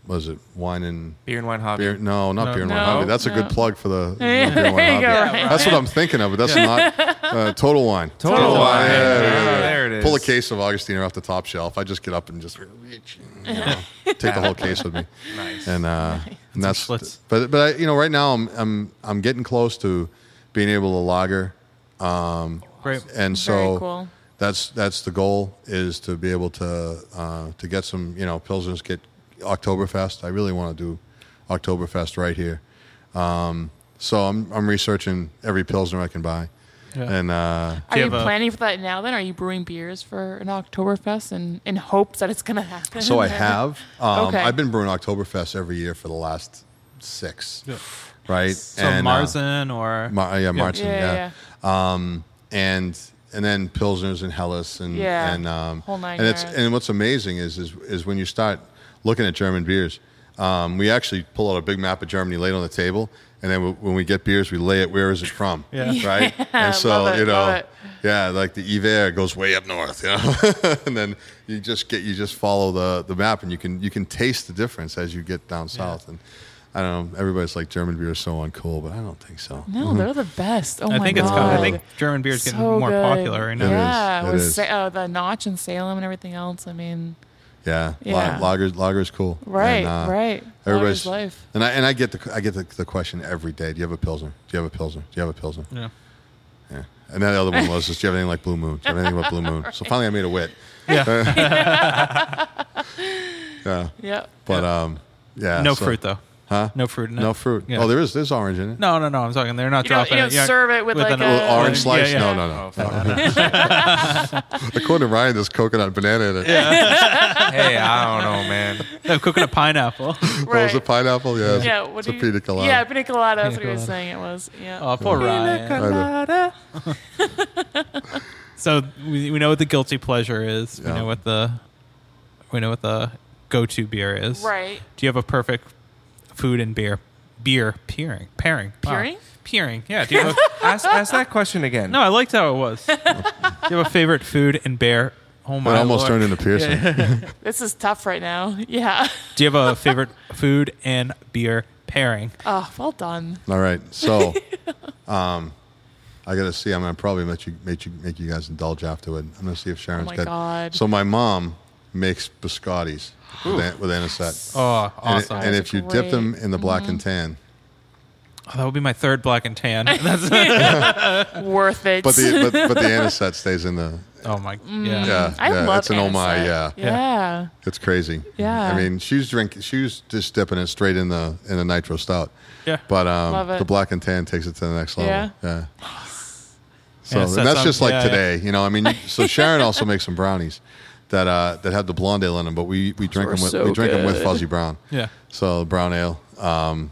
was it wine and Beer and wine hobby. beer? No, not No. beer and wine No, hobby. That's a no. good plug for the beer There and you wine go, hobby. right. That's what I'm thinking of, but that's not uh, total wine. Total Total Wine. Wine, yeah, yeah, Ah, yeah. Oh, there it is. Pull a case of Augustiner off the top shelf. I just get up and just reach, you know, take the whole case with me. Nice. And, uh, and that's Schlitz. but but I, you know right now I'm I'm I'm getting close to being able to lager, um, Great. and Very so cool. that's that's the goal is to be able to uh, to get some you know pilsners get Oktoberfest. I really want to do Oktoberfest right here. Um, so I'm I'm researching every pilsner I can buy, and uh, Are you have a- planning for that now then? Are you brewing beers for an Oktoberfest and in hopes that it's going to happen? So I have. Um, Okay. I've been brewing Oktoberfest every year for the last six, right? So uh, Marzen or Mar- yeah, Marzen, Yeah, yeah. yeah. Um, and and then Pilsners and Helles and Yeah. and um, Whole nine and it's yards. and what's amazing is is is when you start looking at German beers. Um, we actually pull out a big map of Germany, lay it on the table, and then w- when we get beers, we lay it. Where is it from? Yeah. Right. and so love it, you love know, it. yeah, like the Iver goes way up north, you know, and then you just get you just follow the the map, and you can you can taste the difference as you get down south. And I don't know, everybody's like German beer is so uncool, but I don't think so. No, they're the best. Oh Mm-hmm. I my think god! it's called, I think German beer is getting So more good. popular right now. is, Yeah, it with is. Sa- uh, the notch in Salem and everything else. I mean, Yeah, Yeah. yeah. Lager, lager's cool. Right, right. Lager's uh, Everybody's life. And I and I get the I get the, the question every day. Do you have a pilsner? Do you have a pilsner? Do you have a pilsner? Yeah. Yeah. And then the other one was, just, do you have anything like Blue Moon? Do you have anything about Blue Moon? So finally, I made a wit. Yeah. Yeah, yep. but um, yeah. no so- fruit though. Huh? No fruit in it. No fruit. Yeah. Oh, there is. There's orange in it. No, no, no. I'm talking. They're not You don't- dropping. you don't it. Yeah. serve it with like an- a- Little orange yeah, slice? yeah. No, no, Oh, no. fuck. According to Ryan, there's coconut banana in it. hey, I don't know, man. No, cooking a pineapple. Oh, is it Right. pineapple? Yeah. it's- Yeah, what it's do a you- pina colada. Yeah, pina colada. That's what he Pina was colada. saying. It was. Yeah. Oh, poor Ryan. colada. So we, we know what the guilty pleasure is. We Yeah. know what the we know what the go to beer is. right. Do you have a perfect food and beer beer peering, pairing, Wow. Peering? peering. Yeah. Do you have ask, ask that question again. a, no, I liked how it was. Do you have a favorite food and bear? Oh my! It almost Lord. turned into Pearson. This is tough right now. Yeah. Do you have a favorite food and beer pairing? Oh, well done. All right, so um, I gotta see. I'm gonna probably make you make you make you guys indulge afterward. I'm gonna see if Sharon's Oh my got. God. So my mom makes biscottis with, an, with anisette, Oh, and, it- awesome! and if you dip them in the black and tan, Oh, that would be my third black and tan. That's, Uh, Worth it. but the but, but the anisette stays in the. oh my! Yeah. Yeah, I yeah, love it's an oh my, anisette. yeah. Yeah. It's crazy. Yeah. I mean, she's drinking. She was just dipping it straight in the in the nitro stout. Yeah. But um, Love it. the black and tan takes it to the next level. Yeah. Yeah. So Yeah, and so that's some- just like yeah, yeah. today, you know. I mean, so Sharon also makes some brownies that uh, that have the blonde ale in them, but we we drink are them with so we drink them with good. fuzzy brown. Yeah. So brown ale. Um,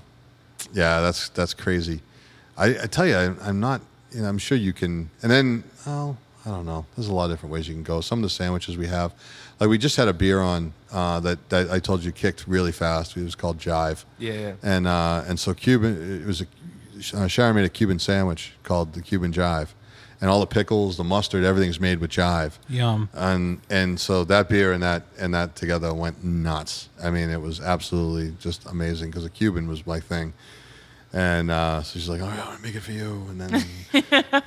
yeah, that's that's crazy. I, I tell you, I, I'm not. You know, I'm sure you can. And then, oh, I don't know. There's a lot of different ways you can go. Some of the sandwiches we have, like we just had a beer on uh, that that I told you kicked really fast. It was called Jive. Yeah, yeah. And uh, and so Cuban, it was a uh, Sharon made a Cuban sandwich called the Cuban Jive, and all the pickles, the mustard, everything's made with Jive Yum. and and so that beer and that and that together went nuts. I mean, it was absolutely just amazing because a Cuban was my thing, and uh, so she's like, "All right, I'm gonna make it for you," and then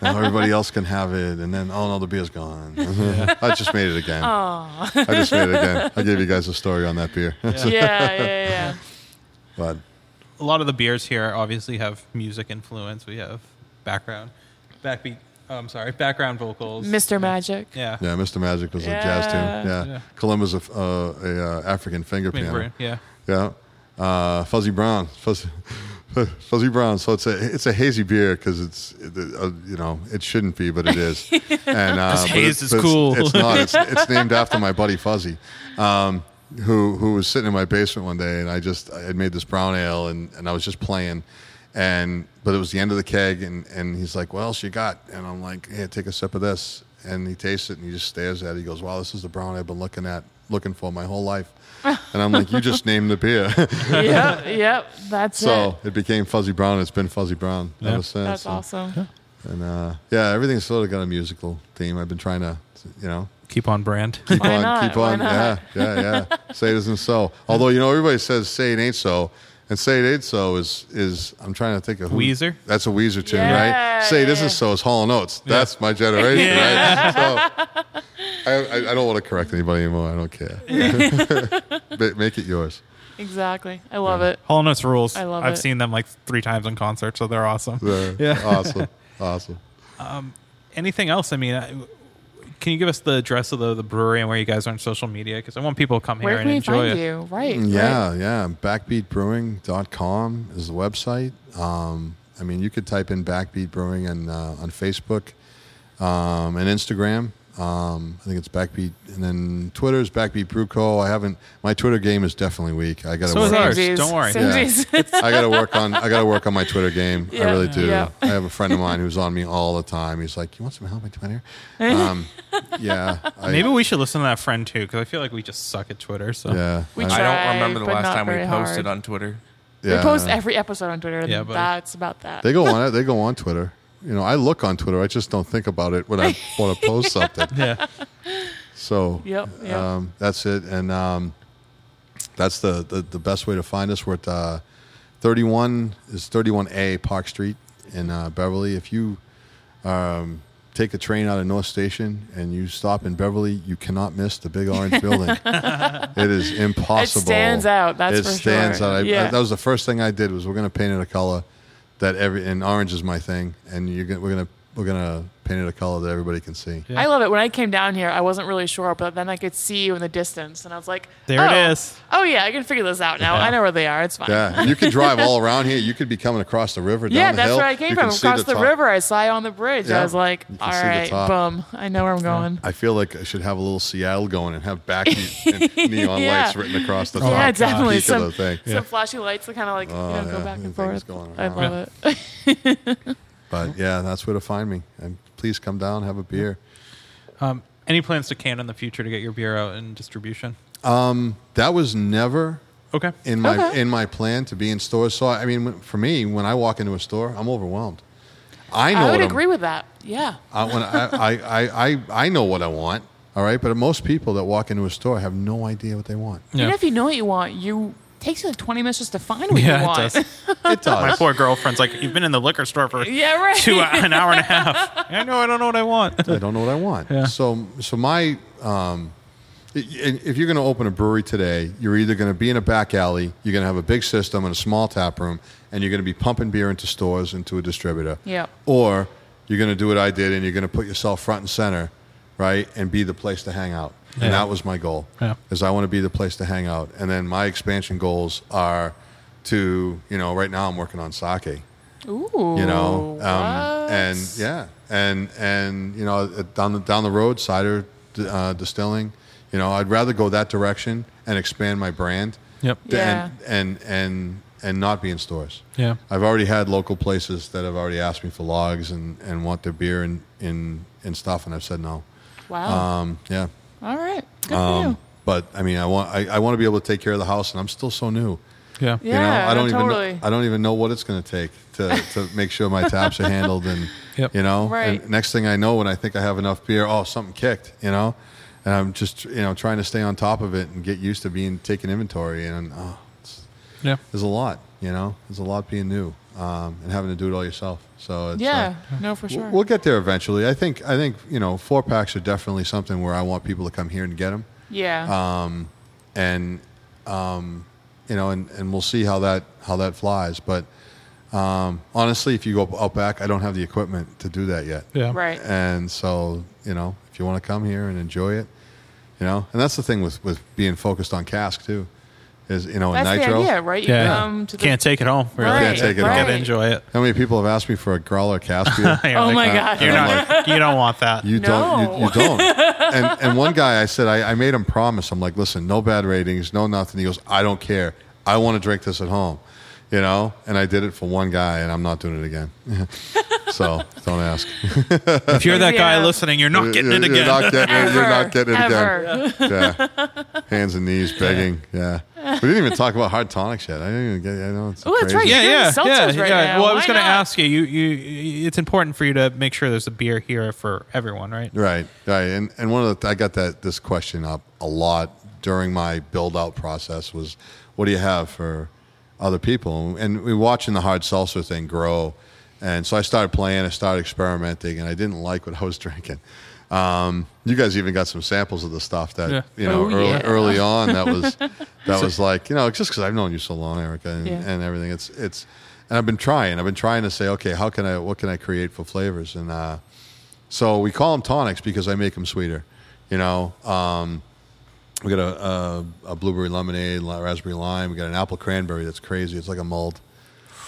now everybody else can have it, and then oh no, the beer's gone. I just made it again. I just made it again. I gave you guys a story on that beer, Yeah. Yeah. Yeah. yeah. but a lot of the beers here obviously have music influence. We have background, backbeat. Oh, I'm sorry, background vocals. Mr. Magic. Yeah. yeah, Mr. Magic was a jazz tune. Yeah. Yeah, Yeah. Columba's a, uh, a uh, African finger I mean, piano. we're- yeah. Yeah. Uh, fuzzy brown, fuzzy, fuzzy brown. So it's a it's a hazy beer because it's it- uh, you know it shouldn't be, but it is. And uh, but it's- haze is but it's- cool. It's, not. It's, it's named after my buddy Fuzzy, um, who who was sitting in my basement one day, and I just I had made this brown ale, and, and I was just playing, and but it was the end of the keg, and and he's like, "What else you got?" And I'm like, "Hey, take a sip of this." And he tastes it, and he just stares at it. He goes, "Wow, this is the brown I've been looking at, looking for my whole life." And I'm like, "You just named the beer." yep. Yep. That's So it. it became Fuzzy Brown. and It's been Fuzzy Brown Yeah. ever since. That's awesome. And uh, yeah, everything's sort of got a musical theme. I've been trying to, you know, Keep on brand. keep Why on, not? keep Why on. not? Yeah, yeah, yeah. say it isn't so. Although you know, everybody says "Say it ain't so," and "Say it ain't so" is is I'm trying to think of who, Weezer? That's a Weezer tune, Yeah, right? "Say it yeah. isn't so" is Hall and Oates. That's my generation, right? So I, I, I don't want to correct anybody anymore. I don't care. Ma- Make it yours. Exactly. I love it. Hall Notes rules. I love I've it. seen them like three times in concert, so they're awesome. Yeah. Awesome. Awesome. Anything else? I mean, I, can you give us the address of the, the brewery and where you guys are on social media? Because I want people to come Where here can and we enjoy find it. you? Right. right. Yeah, yeah. Backbeatbrewing.com is the website. Um, I mean, you could type in Backbeat Brewing and, uh, on Facebook um, and Instagram. Um, I think it's Backbeat, and then Twitter is Backbeat Brew Co. I haven't. My Twitter game is definitely weak. I got to So is work. ours. Samesies. Don't worry. Samesies. I got to work on. I got to work on my Twitter game. Yeah, I really do. yeah. I have a friend of mine who's on me all the time. He's like, "You want some help with Twitter?" Um, yeah. I, Maybe we should listen to that friend too, because I feel like we just suck at Twitter. So Yeah. We I Try, don't remember the but last not time we very posted hard. on Twitter. yeah. We post every episode on Twitter. Yeah, Yeah, buddy. that's about that. They go on it. They go on Twitter. You know, I look on Twitter. I just don't think about it when I want to post something. yeah. So Yep, yep. Um, that's it. And um, that's the, the the best way to find us. We're at uh, 31 is 31A Park Street in uh, Beverly. If you um, take a train out of North Station and you stop in Beverly, you cannot miss the big orange building. it is impossible. stands out, that's it for stands sure. out. I, Yeah. I, that was the first thing I did was we're gonna paint it a color that every and orange is my thing, and you're gonna, we're gonna we're gonna paint it a color that everybody can see. Yeah. I love it. When I came down here, I wasn't really sure, but then I could see you in the distance, and I was like, There it oh, is. Oh yeah, I can figure this out now. I know where they are. It's fine. Yeah, you can drive all around here. You could be coming across the river. Down Yeah, the that's hill. where I came You from. can see Across the, top. river, I saw you on the bridge. Yeah. I was like, You can all see the right, top. boom. I know where I'm going. I feel like I should have a little Seattle going and have back and neon Yeah. lights written across the Oh, Yeah, top. definitely. peak Some- of the thing. Some flashy lights that kind of like Oh, you know go yeah. back and Things forth. going I around. love it. But yeah, that's where to find me. And please come down, have a beer. Um, any plans to can in the future to get your beer out in distribution? That was never Okay. in my Okay. in my plan to be in stores. So I mean, for me, when I walk into a store, I'm overwhelmed. I know I would what I'm- agree with that. Yeah. I, when I, I, I, I, I know what I want. All right, but most people that walk into a store have no idea what they want. Yeah. Even if you know what you want, you it takes you like 20 minutes just to find what Yeah, you it want. does. It My does. poor girlfriend's like, you've been in the liquor store for yeah, right. two uh, an hour and a half. I know I don't know what I want. I don't know what I want. So, so my, um, i- i- if you're going to open a brewery today, you're either going to be in a back alley, you're going to have a big system and a small tap room, and you're going to be pumping beer into stores and to a distributor. Yep. Or you're going to do what I did, and you're going to put yourself front and center, right, and be the place to hang out. Yeah. And that was my goal, Yeah. is I want to be the place to hang out. And then my expansion goals are to, you know, right now I'm working on sake Ooh. you know um, Oh, what? and yeah and and you know uh, down the down the road cider uh, distilling you know i'd rather go that direction and expand my brand Yep. th- Yeah. and and and and not be in stores Yeah. i've already had local places that have already asked me for logs and and want their beer and and and stuff and i've said no Wow. um yeah All right. Good for you. um but i mean i want I, I want to be able to take care of the house and i'm still so new Yeah. Yeah, you know, I don't no, even totally. know, I don't even know what it's going to take to to make sure my taps are handled and Yep. you know. Right. And next thing I know, when I think I have enough beer, oh, something kicked, you know. And I'm just you know trying to stay on top of it and get used to being taking inventory and oh, it's, Yeah. there's a lot, you know. There's a lot being new um, and having to do it all yourself. So it's, yeah. uh, No, for We'll- sure. We'll get there eventually. I think. I think you know, four packs are definitely something where I want people to come here and get them yeah. um, and um, you know, and, and we'll see how that how that flies. But um, honestly, if you go out back, I don't have the equipment to do that yet. Yeah. right. Uh, And so you know, if you want to come here and enjoy it, you know, and that's the thing with with being focused on cask too, is you know, in That's nitro. the idea, right? You Yeah. come to the, Can't take it home. Really. Right, Can't take it home. Gotta right. enjoy it. How many people have asked me for a growler cask beer? You're Oh like, my uh, God. You're not. you don't want that. You don't. You, you No. don't. and and one guy, I said, I, I made him promise. I'm like, listen, no bad ratings, no nothing. He goes, I don't care. I want to drink this at home, you know. And I did it for one guy, and I'm not doing it again. so don't ask. if you're that guy Yeah. listening, you're not getting it You're again. not getting it. You're not getting it Ever. again. Yeah. Hands and knees begging. Yeah. We didn't even talk about hard tonics yet. I didn't even get. I know. It's Oh, that's crazy. right. yeah, You're yeah, in seltzers yeah, yeah. right now. Well, I was Why going to not? ask you, you, you. It's important for you to make sure there's a beer here for everyone, right? Right, right, and and one of the I got that this question up a lot during my build out process was, what do you have for other people? And we were watching the hard seltzer thing grow, and so I started playing, I started experimenting, and I didn't like what I was drinking. Um, you guys even got some samples of the stuff that Yeah. you know Oh, early, yeah. early on that was that was like you know just because I've known you so long, Erica, and, Yeah. and everything. It's it's and I've been trying, I've been trying to say, okay, how can I what can I create for flavors and. uh so we call them tonics because I make them sweeter. You know, um, we got a, a, a blueberry lemonade, li- raspberry lime. We got an apple cranberry that's crazy. It's like a mulled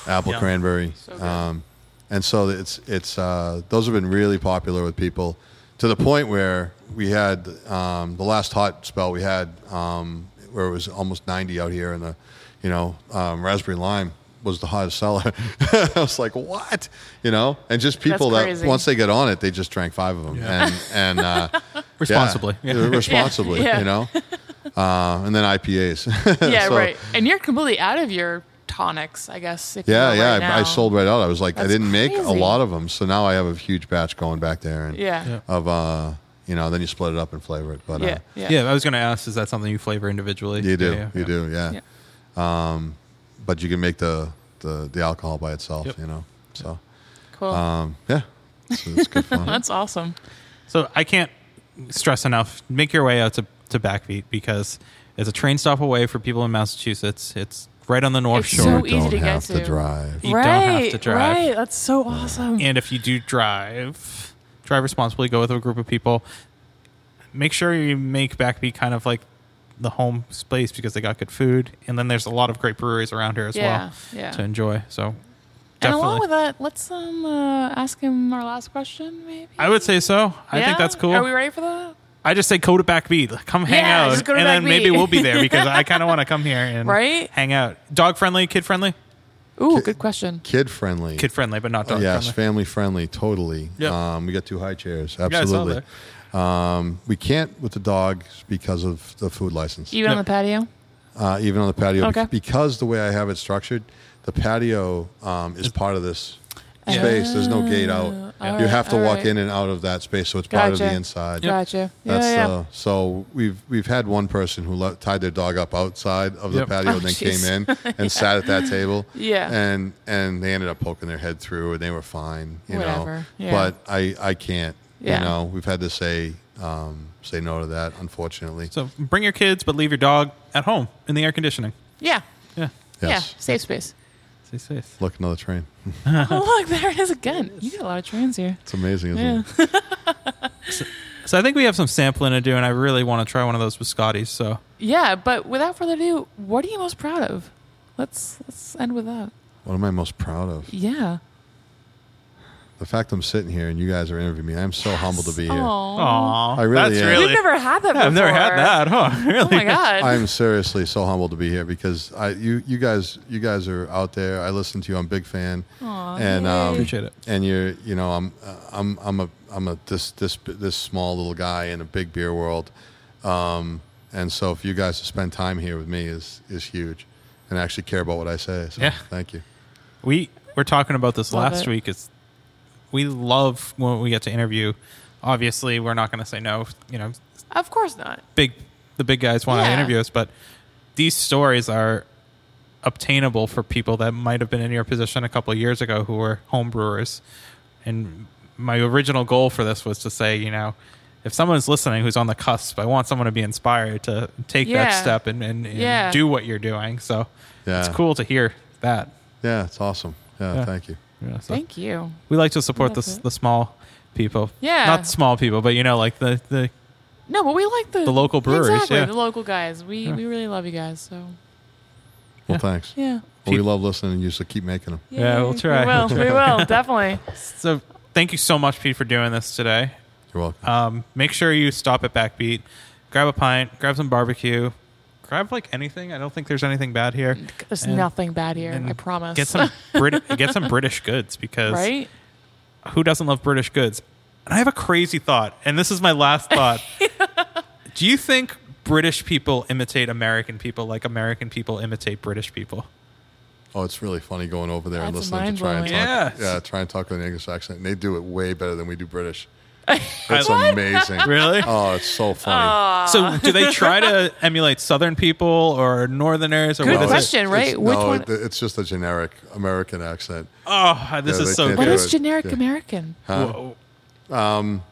apple cranberry. good. um, and so it's it's uh, those have been really popular with people to the point where we had um, the last hot spell we had um, where it was almost 90 out here and the you know um, raspberry lime was the hottest seller. I was like, what? You know, and just people that crazy. once they got on it, they just drank five of them and and uh, yeah. Uh, Responsibly. responsibly, Yeah. you know. Uh, and then IPAs. Yeah, So- right. And you're completely out of your tonics, I guess. If Yeah, you yeah. know right I, I now. sold right out. I was like, I That's didn't make a crazy. lot of them, so now I have a huge batch going back there, and Yeah. Yeah. of uh, you know, then you split it up and flavor it. But Yeah, uh, yeah. Yeah, I was going to ask, is that something you flavor individually? you do, Yeah, yeah, you yeah. do, yeah. Yeah. Um, but you can make the the, the alcohol by itself, Yep. you know. So Cool. um, yeah, so it's good fun. Oh. That's awesome. So I can't stress enough. Make your way out to, to Backbeat because it's a train stop away for people in Massachusetts. It's right on the North It's You Shore. so e- easy don't to get have to to. drive. you right, don't have to drive. right. That's so awesome. And if you do drive, drive responsibly, go with a group of people. Make sure you make Backbeat kind of like the home space because they got good food. And then there's a lot of great breweries around here as Yeah, well yeah. to enjoy. So And definitely. along with that, let's um uh, ask him our last question, maybe. I would say so. I Yeah? think that's cool. Are we ready for that? I just say go to Backbeat. Come hang Yeah, out. just go to and then Backbeat. maybe we'll be there because I kind of want to come here and Right? hang out. Dog friendly, kid friendly? Ooh, good question. Kid friendly. Uh, Kid friendly, but not dog Yes, friendly. family friendly, totally. Yep. Um, we got two high chairs, I saw absolutely. Um, we can't with the dogs because of the food license. Even on No. the patio? uh, even on the patio, Okay. because the way I have it structured, the patio um, is part of this space. There's no gate out. Yeah. You have to All right, all walk right. in and out of that space, so it's part of Gotcha. the inside. Gotcha. Yeah, That's yeah. uh, so we've we've had one person who let, tied their dog up outside of the Yep. patio Oh, and then jeez. came in and sat at that table. Yeah. and and they ended up poking their head through and they were fine. You know, Whatever. Yeah. but I I can't. Yeah. You know, we've had to say um, say no to that, unfortunately. So bring your kids, but leave your dog at home in the air conditioning. yeah. Yeah. Yes. Yeah. Safe space. Stay safe. Look, another train. oh, look, there it is again. You got a lot of trains here. It's amazing, isn't Yeah. it? So I think we have some sampling to do, and I really want to try one of those biscottis. So Yeah, but without further ado, what are you most proud of? Let's let's end with that. What am I most proud of? Yeah. The fact I'm sitting here and you guys are interviewing me. I'm so humbled to be here. Aww. Aw, I really that's am. really. We've never had that before. I've never had that, huh? Really? Oh my god. I'm seriously so humbled to be here because I you you guys you guys are out there. I listen to you. I'm a big fan. Aw, and um, Appreciate it. And you're you know I'm uh, I'm I'm a I'm a this this this small little guy in a big beer world. Um, and so for you guys to spend time here with me is is huge, and actually care about what I say. So Yeah. thank you. We were talking about this Love last it. week. It's we love when we get to interview. Obviously, we're not going to say no. You know, of course not. big the big guys want to Yeah. interview us, but these stories are obtainable for people that might have been in your position a couple of years ago who were home brewers. And my original goal for this was to say, you know, if someone's listening who's on the cusp, I want someone to be inspired to take that Yeah. step and, and, and Yeah. do what you're doing. So it's Yeah. cool to hear that. Yeah, it's awesome. Yeah, thank you. Yeah, so Thank you. we like to support Love the, s- it. the small people. Yeah. Not small people, but you know, like the, the No, but we like the The local breweries, Exactly, yeah. the local guys. We we really love you guys. So Well, thanks. yeah. Well, we love listening to you, so keep making them. Yeah, we'll Yay. try. We will. We'll We will definitely. so thank you so much, Pete, for doing this today. You're welcome. Um, make sure you stop at Backbeat, grab a pint, grab some barbecue, grab like anything. I don't think there's anything bad here. There's And- nothing bad here. and I promise. Get some Brit- get some British goods because right. who doesn't love British goods? And I have a crazy thought, and this is my last thought. Do you think British people imitate American people like American people imitate British people? Oh, it's really funny going over there and That's listening to try and talk. mind-blowing. Yeah, try and talk with an English accent. And they do it way better than we do British. I- It's amazing. Really? Oh, it's so funny. Oh, Uh. So, do they try to emulate Southern people or Northerners or Good what is it? question, Oh, it's, right? It's, Which no, one- it- it's just a generic American accent. Oh, this Yeah, is they so can't What do good. it. is generic Yeah. American? Whoa.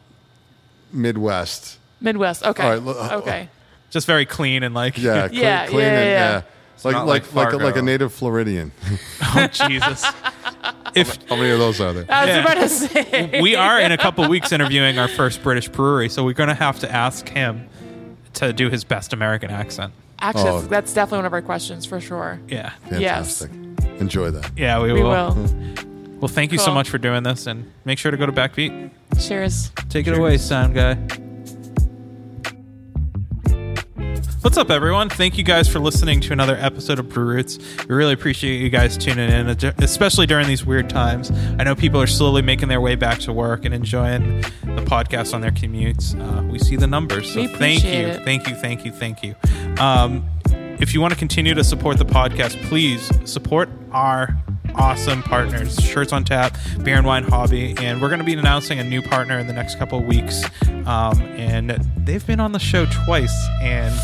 Midwest. Midwest. Okay. All right, l- uh, okay. Just very clean and like, Yeah, clean, Yeah, clean yeah, and yeah. yeah. Like not like like like a, like Fargo. a native Floridian. oh, Jesus. if How many of those are there? I was Yeah. about to say. we are in a couple weeks interviewing our first British brewery, so we're going to have to ask him to do his best American accent. Actually, Oh. that's, that's definitely one of our questions for sure. Yeah. yes. Fantastic. Enjoy that. Yeah, we, We will. will. Well, thank you so Cool. much for doing this, and make sure to go to Backbeat. Cheers. Take it away, sound guy. What's up, everyone? Thank you guys for listening to another episode of Brew Roots. We really appreciate you guys tuning in, especially during these weird times. I know people are slowly making their way back to work and enjoying the podcast on their commutes. Uh, we see the numbers, so We thank you, appreciate it. thank you, thank you, thank you. Um, if you want to continue to support the podcast, please support our awesome partners shirts on tap beer and wine hobby and we're going to be announcing a new partner in the next couple of weeks um, and they've been on the show twice and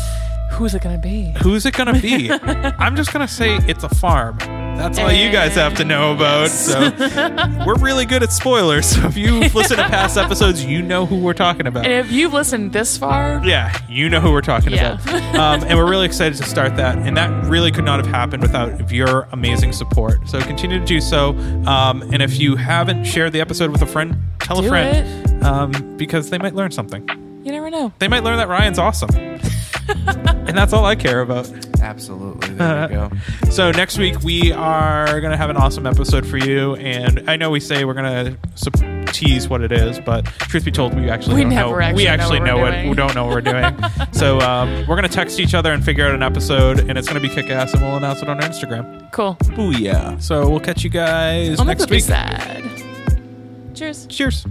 Who's it gonna be? Who's it gonna be? I'm just gonna say it's a farm. That's all you guys have to know about. So we're really good at spoilers. So if you've listened to past episodes, you know who we're talking about. And if you've listened this far, Yeah, you know who we're talking Yeah. about. Um, and we're really excited to start that. And that really could not have happened without your amazing support. So continue to do so. Um, and if you haven't shared the episode with a friend, tell Do a friend um, because they might learn something. you never know. They might learn that Ryan's awesome. and that's all I care about. Absolutely. There you go. So next week we are gonna have an awesome episode for you, and I know we say we're gonna sup- tease what it is, but truth be told, we actually We don't never know. actually we know actually what know we're what doing. we don't know what we're doing. so um, we're gonna text each other and figure out an episode, and it's gonna be kick ass, and we'll announce it on our Instagram. Cool. Booyah. Oh, So we'll catch you guys On the next flippy week. side. Cheers. Cheers.